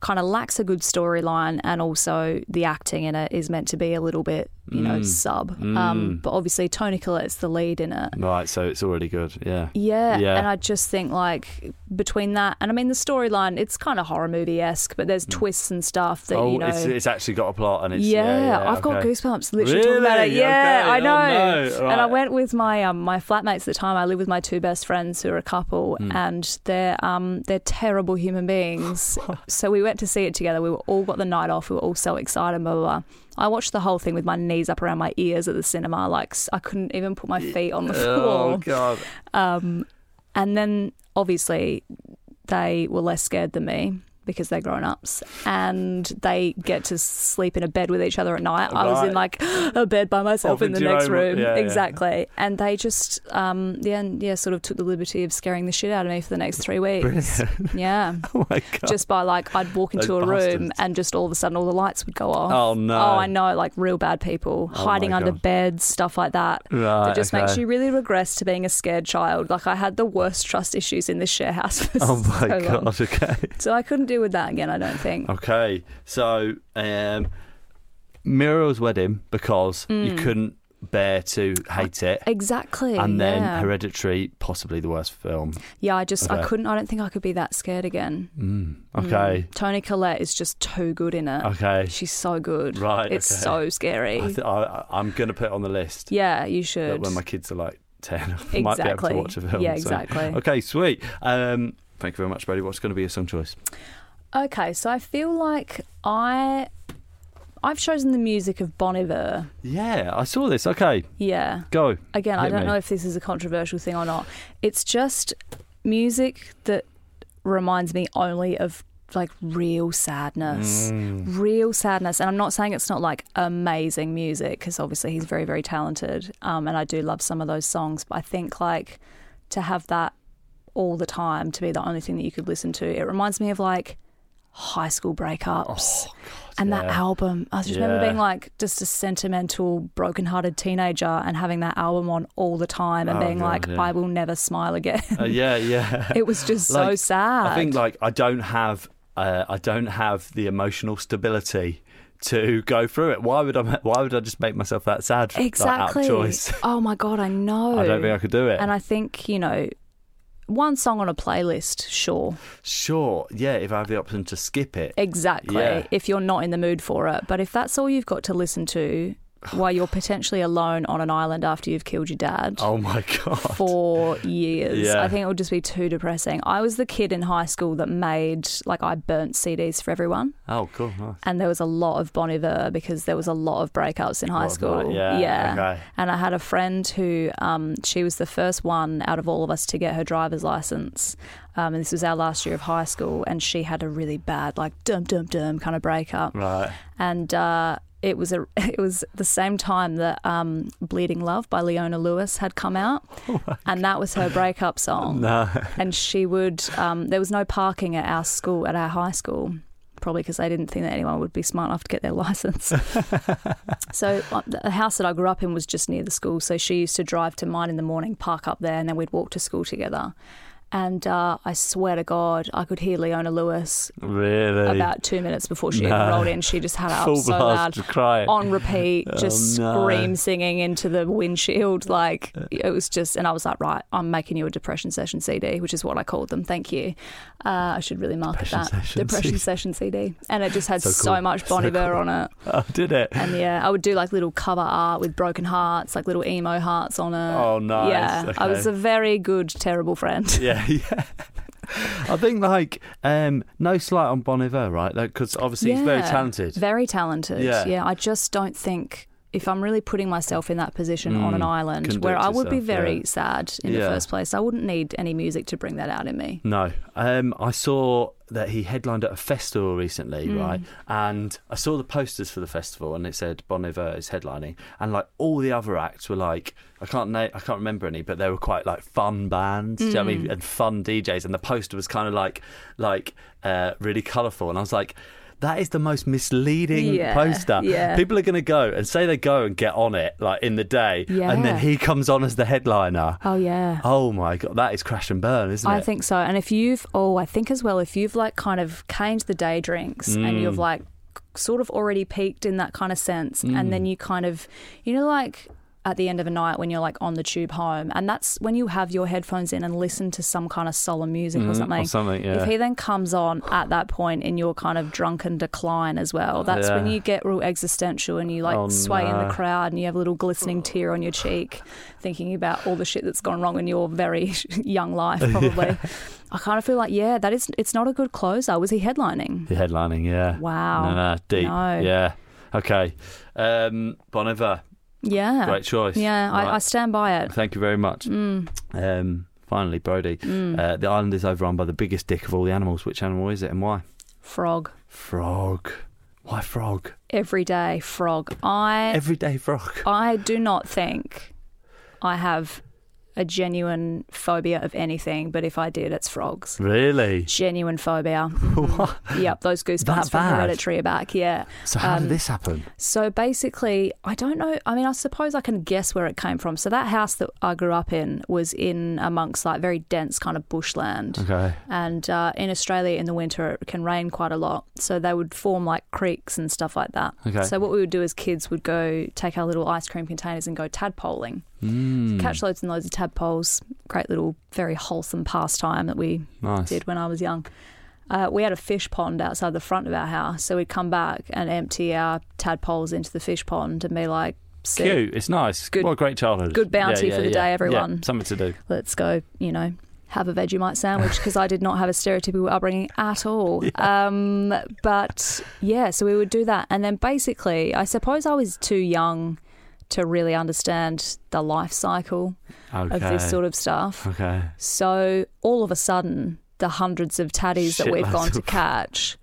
Speaker 2: kind of lacks a good storyline, and also the acting in it is meant to be a little bit, you know,
Speaker 1: Mm.
Speaker 2: sub. Um,
Speaker 1: Mm.
Speaker 2: but obviously Tony Collette's the lead in it.
Speaker 1: Right, so it's already good. Yeah.
Speaker 2: Yeah,
Speaker 1: Yeah.
Speaker 2: and I just think like between that and I mean the storyline, it's kind of horror movie esque, but there's twists and stuff that
Speaker 1: Mm. oh,
Speaker 2: you know.
Speaker 1: it's, it's actually got a plot and it's
Speaker 2: yeah,
Speaker 1: yeah.
Speaker 2: I've got
Speaker 1: okay.
Speaker 2: goosebumps literally talking about it.
Speaker 1: Really?
Speaker 2: Yeah,
Speaker 1: Okay.
Speaker 2: I
Speaker 1: Oh,
Speaker 2: know.
Speaker 1: no.
Speaker 2: And I
Speaker 1: Right.
Speaker 2: went with my um, my flatmates at the time. I live with my two best friends who are a couple,
Speaker 1: Hmm.
Speaker 2: and they're um, they're terrible human beings. so we went to see it together. We were all got the night off. We were all so excited. Blah blah. blah. I watched the whole thing with my knees up around my ears at the cinema. Like s- I couldn't even put my feet on the floor.
Speaker 1: Oh god.
Speaker 2: Um, and then obviously they were less scared than me because they're grown ups and they get to sleep in a bed with each other at night. I was in like a bed by myself
Speaker 1: Off
Speaker 2: in the
Speaker 1: into your
Speaker 2: next
Speaker 1: own-
Speaker 2: room.
Speaker 1: yeah, yeah.
Speaker 2: exactly. And they just, um, yeah, and, yeah, sort of took the liberty of scaring the shit out of me for the next three weeks. Yeah.
Speaker 1: Oh my god.
Speaker 2: Just by like, I'd walk into
Speaker 1: Those
Speaker 2: a room
Speaker 1: bastards.
Speaker 2: and just all of a sudden all the lights would go off.
Speaker 1: oh no.
Speaker 2: Oh, I know, like real bad people
Speaker 1: Oh,
Speaker 2: hiding
Speaker 1: my
Speaker 2: under
Speaker 1: God.
Speaker 2: beds, stuff like that.
Speaker 1: Right.
Speaker 2: It just
Speaker 1: okay.
Speaker 2: makes you really regress to being a scared child. Like I had the worst trust issues in this share house. For
Speaker 1: Oh my
Speaker 2: so long.
Speaker 1: god. Um, Okay.
Speaker 2: So I couldn't deal with that again. I don't think.
Speaker 1: Okay. So, um, Muriel's wedding because
Speaker 2: Mm.
Speaker 1: you couldn't bear to hate it.
Speaker 2: Exactly.
Speaker 1: And then
Speaker 2: yeah.
Speaker 1: Hereditary, possibly the worst film.
Speaker 2: yeah, I just I
Speaker 1: Okay.
Speaker 2: couldn't. I don't think I could be that scared again.
Speaker 1: Mm.
Speaker 2: Mm.
Speaker 1: Okay.
Speaker 2: Tony Collette is just too good in it.
Speaker 1: Okay.
Speaker 2: She's so good.
Speaker 1: Right.
Speaker 2: It's
Speaker 1: okay.
Speaker 2: so scary.
Speaker 1: I th- I, I, am going to put it on the list.
Speaker 2: yeah, you
Speaker 1: That
Speaker 2: should.
Speaker 1: when my kids are like 10, I
Speaker 2: exactly.
Speaker 1: might be able to watch a film.
Speaker 2: Yeah,
Speaker 1: so-
Speaker 2: exactly.
Speaker 1: Okay, sweet. Um, thank you very much, Brady. What's going to be your song choice?
Speaker 2: okay, so I feel like I I've chosen the music of Bon Iver.
Speaker 1: Yeah, I saw this. Okay,
Speaker 2: Yeah.
Speaker 1: go.
Speaker 2: again, I
Speaker 1: Hit
Speaker 2: don't
Speaker 1: me.
Speaker 2: know if this is a controversial thing or not. It's just music that reminds me only of like real sadness.
Speaker 1: Mm.
Speaker 2: Real sadness. And I'm not saying it's not like amazing music because obviously he's very, very talented. Um, and I do love some of those songs. But I think like to have that all the time to be the only thing that you could listen to, it reminds me of like high school
Speaker 1: Oh.
Speaker 2: breakups. And that
Speaker 1: yeah.
Speaker 2: album, I just remember
Speaker 1: Yeah.
Speaker 2: being like just a sentimental, broken-hearted teenager, and having that album on all the time, and
Speaker 1: Oh,
Speaker 2: being
Speaker 1: God,
Speaker 2: like,
Speaker 1: yeah.
Speaker 2: "I will never smile again."
Speaker 1: Uh, yeah, yeah.
Speaker 2: it was just so
Speaker 1: Like,
Speaker 2: sad.
Speaker 1: I think like I don't have uh, I don't have the emotional stability to go through it. Why would I? ma- Why would I just make myself that sad? like, out
Speaker 2: exactly.
Speaker 1: of choice.
Speaker 2: Oh my god, I know.
Speaker 1: I don't think I could do it.
Speaker 2: and I think you know, one song on a playlist, sure,
Speaker 1: sure, yeah. If I have the option to skip it,
Speaker 2: exactly.
Speaker 1: Yeah.
Speaker 2: If you're not in the mood for it, but if that's all you've got to listen to while you're potentially alone on an island after you've killed your dad,
Speaker 1: oh my god.
Speaker 2: for years.
Speaker 1: Yeah.
Speaker 2: I think it would just be too depressing. I was the kid in high school that made like I burnt CDs for everyone,
Speaker 1: Oh, cool. Nice.
Speaker 2: and there was a lot of Bon Iver because there was a lot of breakups in high
Speaker 1: What about-
Speaker 2: school.
Speaker 1: Yeah. Okay.
Speaker 2: And I had a friend who, um, she was the first one out of all of us to get her driver's license. Um, and this was our last year of high school. And she had a really bad, like, dum dum dum kind of breakup.
Speaker 1: Right.
Speaker 2: And uh, it was a, it was the same time that um, "Bleeding Love" by Leona Lewis had come out, and that was her breakup
Speaker 1: Oh
Speaker 2: song.
Speaker 1: No.
Speaker 2: And she would, um, there was no parking at our school, at our high school, probably because they didn't think that anyone would be smart enough to get their license. so uh, the house that I grew up in was just near the school. So she used to drive to mine in the morning, park up there, and then we'd walk to school together. And uh, I swear to God, I could hear Leona Lewis
Speaker 1: Really.
Speaker 2: about two minutes before she
Speaker 1: No.
Speaker 2: even rolled in. She just had it up
Speaker 1: Full
Speaker 2: so
Speaker 1: blast
Speaker 2: loud
Speaker 1: crying.
Speaker 2: on repeat,
Speaker 1: Oh,
Speaker 2: just
Speaker 1: no.
Speaker 2: scream singing into the windshield. Like it was just, and I was like, right, I'm making you a depression session CD, which is what I called them. Thank you. Uh, I should really market
Speaker 1: Depression
Speaker 2: that
Speaker 1: session
Speaker 2: depression
Speaker 1: CD.
Speaker 2: session CD, and it just had
Speaker 1: So
Speaker 2: so,
Speaker 1: cool.
Speaker 2: much Bon
Speaker 1: So
Speaker 2: Iver
Speaker 1: cool.
Speaker 2: on it.
Speaker 1: Oh, did it?
Speaker 2: And yeah, I would do like little cover art with broken hearts, like little emo hearts on it.
Speaker 1: Oh, nice.
Speaker 2: Uh, Yeah, I was
Speaker 1: Okay.
Speaker 2: a very good, terrible friend.
Speaker 1: yeah, yeah. I think like um, no slight on Bon Iver, right? Because obviously he's very
Speaker 2: Yeah.
Speaker 1: talented.
Speaker 2: Very talented.
Speaker 1: Yeah.
Speaker 2: I just don't think if I'm really putting myself in that position on an
Speaker 1: Mm,
Speaker 2: island
Speaker 1: conduct
Speaker 2: where I would be
Speaker 1: yourself,
Speaker 2: very
Speaker 1: yeah.
Speaker 2: sad in the
Speaker 1: Yeah.
Speaker 2: first place, I wouldn't need any music to bring that out in me.
Speaker 1: No. Um, I saw that he headlined at a festival recently,
Speaker 2: Hmm.
Speaker 1: right? And I saw the posters for the festival, and it said Bon Iver is headlining, and like all the other acts were like, I can't na- I can't remember any, but they were quite like fun bands, do you know what I
Speaker 2: Hmm.
Speaker 1: mean, and fun DJs, and the poster was kind of like like uh, really colourful, and I was like. That is the most misleading
Speaker 2: Yeah,
Speaker 1: poster.
Speaker 2: yeah.
Speaker 1: People are going to go and say they go and get on it like in the day, and
Speaker 2: Yeah.
Speaker 1: then he comes on as the headliner.
Speaker 2: Oh yeah.
Speaker 1: Oh my god, that is crash and burn, isn't it?
Speaker 2: I think so. And if you've, oh, I think as well, if you've like kind of caned the day drinks and
Speaker 1: Mm.
Speaker 2: you've like sort of already peaked in that kind of sense, and
Speaker 1: Mm.
Speaker 2: then you kind of, you know, like at the end of a night when you're like on the tube home, and that's when you have your headphones in and listen to some kind of solemn music or something.
Speaker 1: Mm-hmm. or something, yeah.
Speaker 2: If he then comes on at that point in your kind of drunken decline as well, that's when
Speaker 1: Yeah.
Speaker 2: you get real existential and you like
Speaker 1: Oh,
Speaker 2: sway in
Speaker 1: no.
Speaker 2: the crowd and you have a little glistening tear on your cheek, thinking about all the shit that's gone wrong in your very young life, probably. I kind of feel like, yeah, that is, it's not a good closer. Was he headlining?
Speaker 1: The headlining, yeah.
Speaker 2: Wow.
Speaker 1: No, no, deep.
Speaker 2: No.
Speaker 1: Yeah. Okay. Um, bon Iver,
Speaker 2: Yeah.
Speaker 1: great choice.
Speaker 2: Yeah,
Speaker 1: Right.
Speaker 2: I, I stand by it. Mm,
Speaker 1: Thank you very much. Um, finally, Brody. Uh, the island is overrun by the biggest dick of all the animals. Which animal is it and why?
Speaker 2: Frog.
Speaker 1: Frog. Why frog?
Speaker 2: Every day, frog. I,
Speaker 1: Everyday frog.
Speaker 2: I do not think I have a genuine phobia of anything, but if I did, it's frogs.
Speaker 1: Really?
Speaker 2: Genuine phobia. Mhm. Yep, those
Speaker 1: That
Speaker 2: goosebumps from
Speaker 1: bad?
Speaker 2: hereditary are back. Yeah.
Speaker 1: So how
Speaker 2: Um,
Speaker 1: did this happen?
Speaker 2: So basically, I don't know. I mean, I suppose I can guess where it came from. So that house that I grew up in was in amongst like very dense kind of bushland.
Speaker 1: Okay.
Speaker 2: And uh, in Australia, in the winter, it can rain quite a lot. So they would form like creeks and stuff like that.
Speaker 1: Okay.
Speaker 2: So what we would do as kids would go take our little ice cream containers and go tadpoling,
Speaker 1: Mm,
Speaker 2: catch loads and loads of tadpoles. Great little, very wholesome pastime that we
Speaker 1: nice.
Speaker 2: did when I was young. Uh, we had a fish pond outside the front of our house, so we'd come back and empty our tadpoles into the fish pond and be like, "Sick,
Speaker 1: Cute. It's nice.
Speaker 2: Good-
Speaker 1: what a great childhood.
Speaker 2: good bounty for the day,
Speaker 1: Yeah,
Speaker 2: everyone.
Speaker 1: something to do.
Speaker 2: let's go, you know, have a Vegemite sandwich because I did not have a stereotypical upbringing at all. Um, but yeah, so we would do that. And then basically, I suppose I was too young to really understand the life cycle
Speaker 1: Okay.
Speaker 2: of this sort of stuff.
Speaker 1: okay.
Speaker 2: So all of a sudden, the hundreds of tatties that we've
Speaker 1: Shitloads
Speaker 2: gone to
Speaker 1: of-
Speaker 2: catch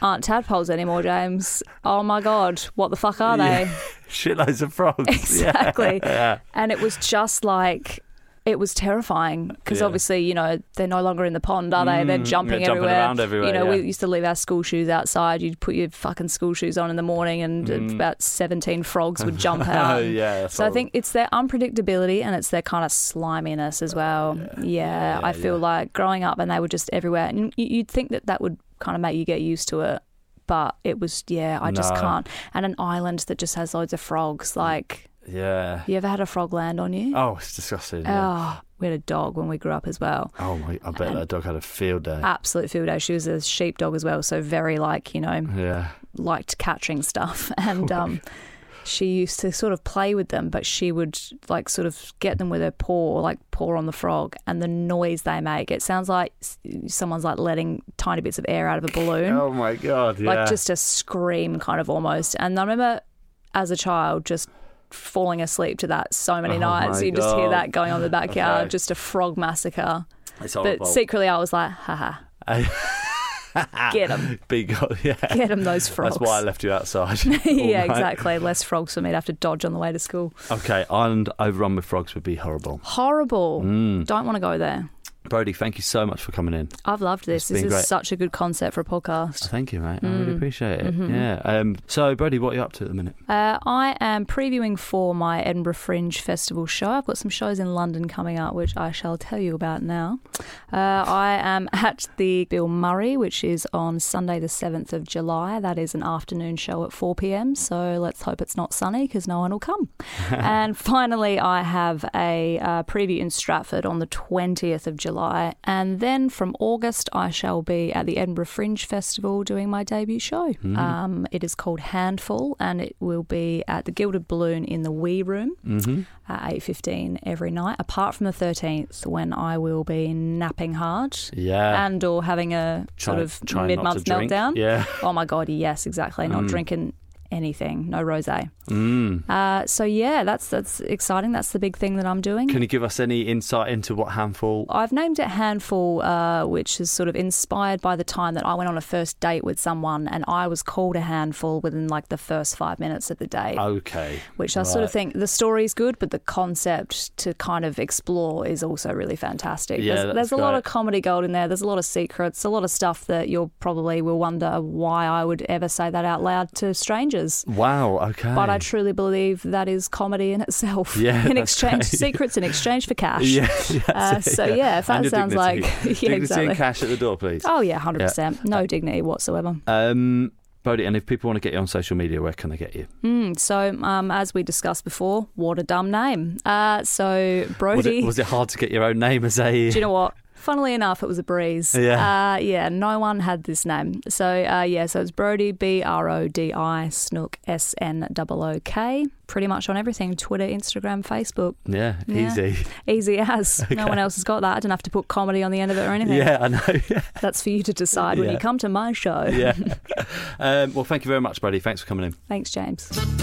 Speaker 2: aren't tadpoles anymore, James. Oh my God, what the fuck are they?
Speaker 1: Shitloads of frogs.
Speaker 2: Exactly.
Speaker 1: Yeah.
Speaker 2: And it was just like. It was terrifying because
Speaker 1: Yeah.
Speaker 2: obviously, you know, they're no longer in the pond, are they? They're
Speaker 1: Mm,
Speaker 2: jumping,
Speaker 1: they're jumping
Speaker 2: everywhere.
Speaker 1: around everywhere,
Speaker 2: You know,
Speaker 1: yeah.
Speaker 2: we used to leave our school shoes outside. You'd put your fucking school shoes on in the morning, and
Speaker 1: Mm.
Speaker 2: about 17 frogs would jump out.
Speaker 1: Oh, yeah.
Speaker 2: So I
Speaker 1: horrible.
Speaker 2: think it's their unpredictability and it's their kind of sliminess as well. yeah,
Speaker 1: Uh, Yeah,
Speaker 2: I feel
Speaker 1: yeah.
Speaker 2: like growing up and they were just everywhere, and you- you'd think that that would kind of make you get used to it, but it was yeah, I just
Speaker 1: No.
Speaker 2: can't. And an island that just has loads of frogs, like
Speaker 1: Yeah.
Speaker 2: you ever had a frog land on you?
Speaker 1: Oh, it's disgusting.
Speaker 2: Oh,
Speaker 1: yeah.
Speaker 2: we had a dog when we grew up as well.
Speaker 1: Oh my! I bet
Speaker 2: and-
Speaker 1: that dog had a field day.
Speaker 2: Absolute field day. She was a sheepdog as well, so very like you know
Speaker 1: yeah.
Speaker 2: liked catching
Speaker 1: Oh,
Speaker 2: stuff and um, she used to sort of play with them but she would like sort of get them with her paw like paw on the frog and the noise they make it sounds like s- someone's like letting tiny bits of air out of a balloon
Speaker 1: Oh my god! Yeah.
Speaker 2: Mm. like just a scream kind of almost and i remember as a child just falling asleep to that so many
Speaker 1: Oh
Speaker 2: nights
Speaker 1: my
Speaker 2: you just hear
Speaker 1: God.
Speaker 2: that going on in the backyard
Speaker 1: Okay. Oh,
Speaker 2: just a frog massacre
Speaker 1: it's
Speaker 2: but
Speaker 1: horrible.
Speaker 2: secretly i was like haha get 'em.
Speaker 1: Be God. Yeah.
Speaker 2: get them those frogs
Speaker 1: That's why I left you outside. all
Speaker 2: yeah,
Speaker 1: night.
Speaker 2: exactly. Less frogs for me to have to dodge on the way to school.
Speaker 1: Okay, island overrun with frogs would be horrible.
Speaker 2: Horrible.
Speaker 1: Mm.
Speaker 2: Don't want to go there.
Speaker 1: Brody, thank you so much for coming in.
Speaker 2: I've loved this.
Speaker 1: It's
Speaker 2: This
Speaker 1: been
Speaker 2: is
Speaker 1: great.
Speaker 2: such a good concept for a podcast.
Speaker 1: Thank you, mate.
Speaker 2: Mm.
Speaker 1: I really appreciate it.
Speaker 2: Mm-hmm.
Speaker 1: Yeah. Um. So, Brody, what are you up to at the minute?
Speaker 2: Uh, I am previewing for my Edinburgh Fringe Festival show. I've got some shows in London coming up, which I shall tell you about now. Uh, I am at the Bill Murray, which is on Sunday, the 7th of July. That is an afternoon show at 4 pm. So let's hope it's not sunny because no one will come. and finally, I have a uh, preview in Stratford on the 20th of July. And then from August, I shall be at the Edinburgh Fringe Festival doing my debut show. Um, it is called Handful and it will be at the Gilded Balloon in the Wee Room
Speaker 1: Mm-hmm.
Speaker 2: at 8.15 every night, apart from the 13th when I will be napping hard
Speaker 1: Yeah.
Speaker 2: and or having
Speaker 1: Uh,
Speaker 2: a
Speaker 1: Try-
Speaker 2: sort of
Speaker 1: try not to
Speaker 2: mid-month
Speaker 1: drink.
Speaker 2: meltdown.
Speaker 1: Yeah.
Speaker 2: Oh my god, yes, exactly. Not drinking anything, no rosé.
Speaker 1: Mm.
Speaker 2: Uh, so yeah, that's that's exciting. That's the big thing that I'm doing.
Speaker 1: Can you give us any insight into what handful?
Speaker 2: I've named it Handful, uh, which is sort of inspired by the time that I went on a first date with someone and I was called a handful within like the first five minutes of the date,
Speaker 1: Okay.
Speaker 2: which I sort
Speaker 1: right.
Speaker 2: of think the story's good, but the concept to kind of explore is also really fantastic.
Speaker 1: Yeah,
Speaker 2: there's
Speaker 1: that's
Speaker 2: there's a lot
Speaker 1: great.
Speaker 2: of comedy gold in there, there's a lot of secrets, a lot of stuff that you'll probably will wonder why I would ever say that out loud to strangers.
Speaker 1: Wow. Okay.
Speaker 2: But I truly believe that is comedy in itself.
Speaker 1: Yeah,
Speaker 2: in
Speaker 1: that's
Speaker 2: exchange
Speaker 1: right.
Speaker 2: secrets in exchange for cash.
Speaker 1: Yeah.
Speaker 2: Uh,
Speaker 1: that's it,
Speaker 2: so yeah, if that
Speaker 1: And your
Speaker 2: sounds
Speaker 1: dignity.
Speaker 2: like- Yeah,
Speaker 1: dignity
Speaker 2: exactly.
Speaker 1: and cash at the door, please.
Speaker 2: Oh yeah, hundred percent. No dignity whatsoever.
Speaker 1: Um, Bodhi, and if people want to get you on social media, where can they get you?
Speaker 2: Mm, so um, as we discussed before, what a dumb name. Uh, so
Speaker 1: Was
Speaker 2: Brody,
Speaker 1: it, was it hard to get your own name as a?
Speaker 2: do you know what? Funnily enough, it was a breeze.
Speaker 1: Yeah.
Speaker 2: Uh, yeah. No one had this name. So uh, yeah. So it's Brody B R O D I Snook S N O O K. Pretty much on everything: Twitter, Instagram, Facebook.
Speaker 1: yeah,
Speaker 2: Yeah.
Speaker 1: easy.
Speaker 2: Easy as. No one else has got that. I didn't have to put comedy on the end of it or anything.
Speaker 1: Yeah, I know. Yeah.
Speaker 2: That's for you to decide when
Speaker 1: Yeah.
Speaker 2: you come to my show.
Speaker 1: yeah. um, well, thank you very much, Brody. Thanks for coming in.
Speaker 2: Thanks, James.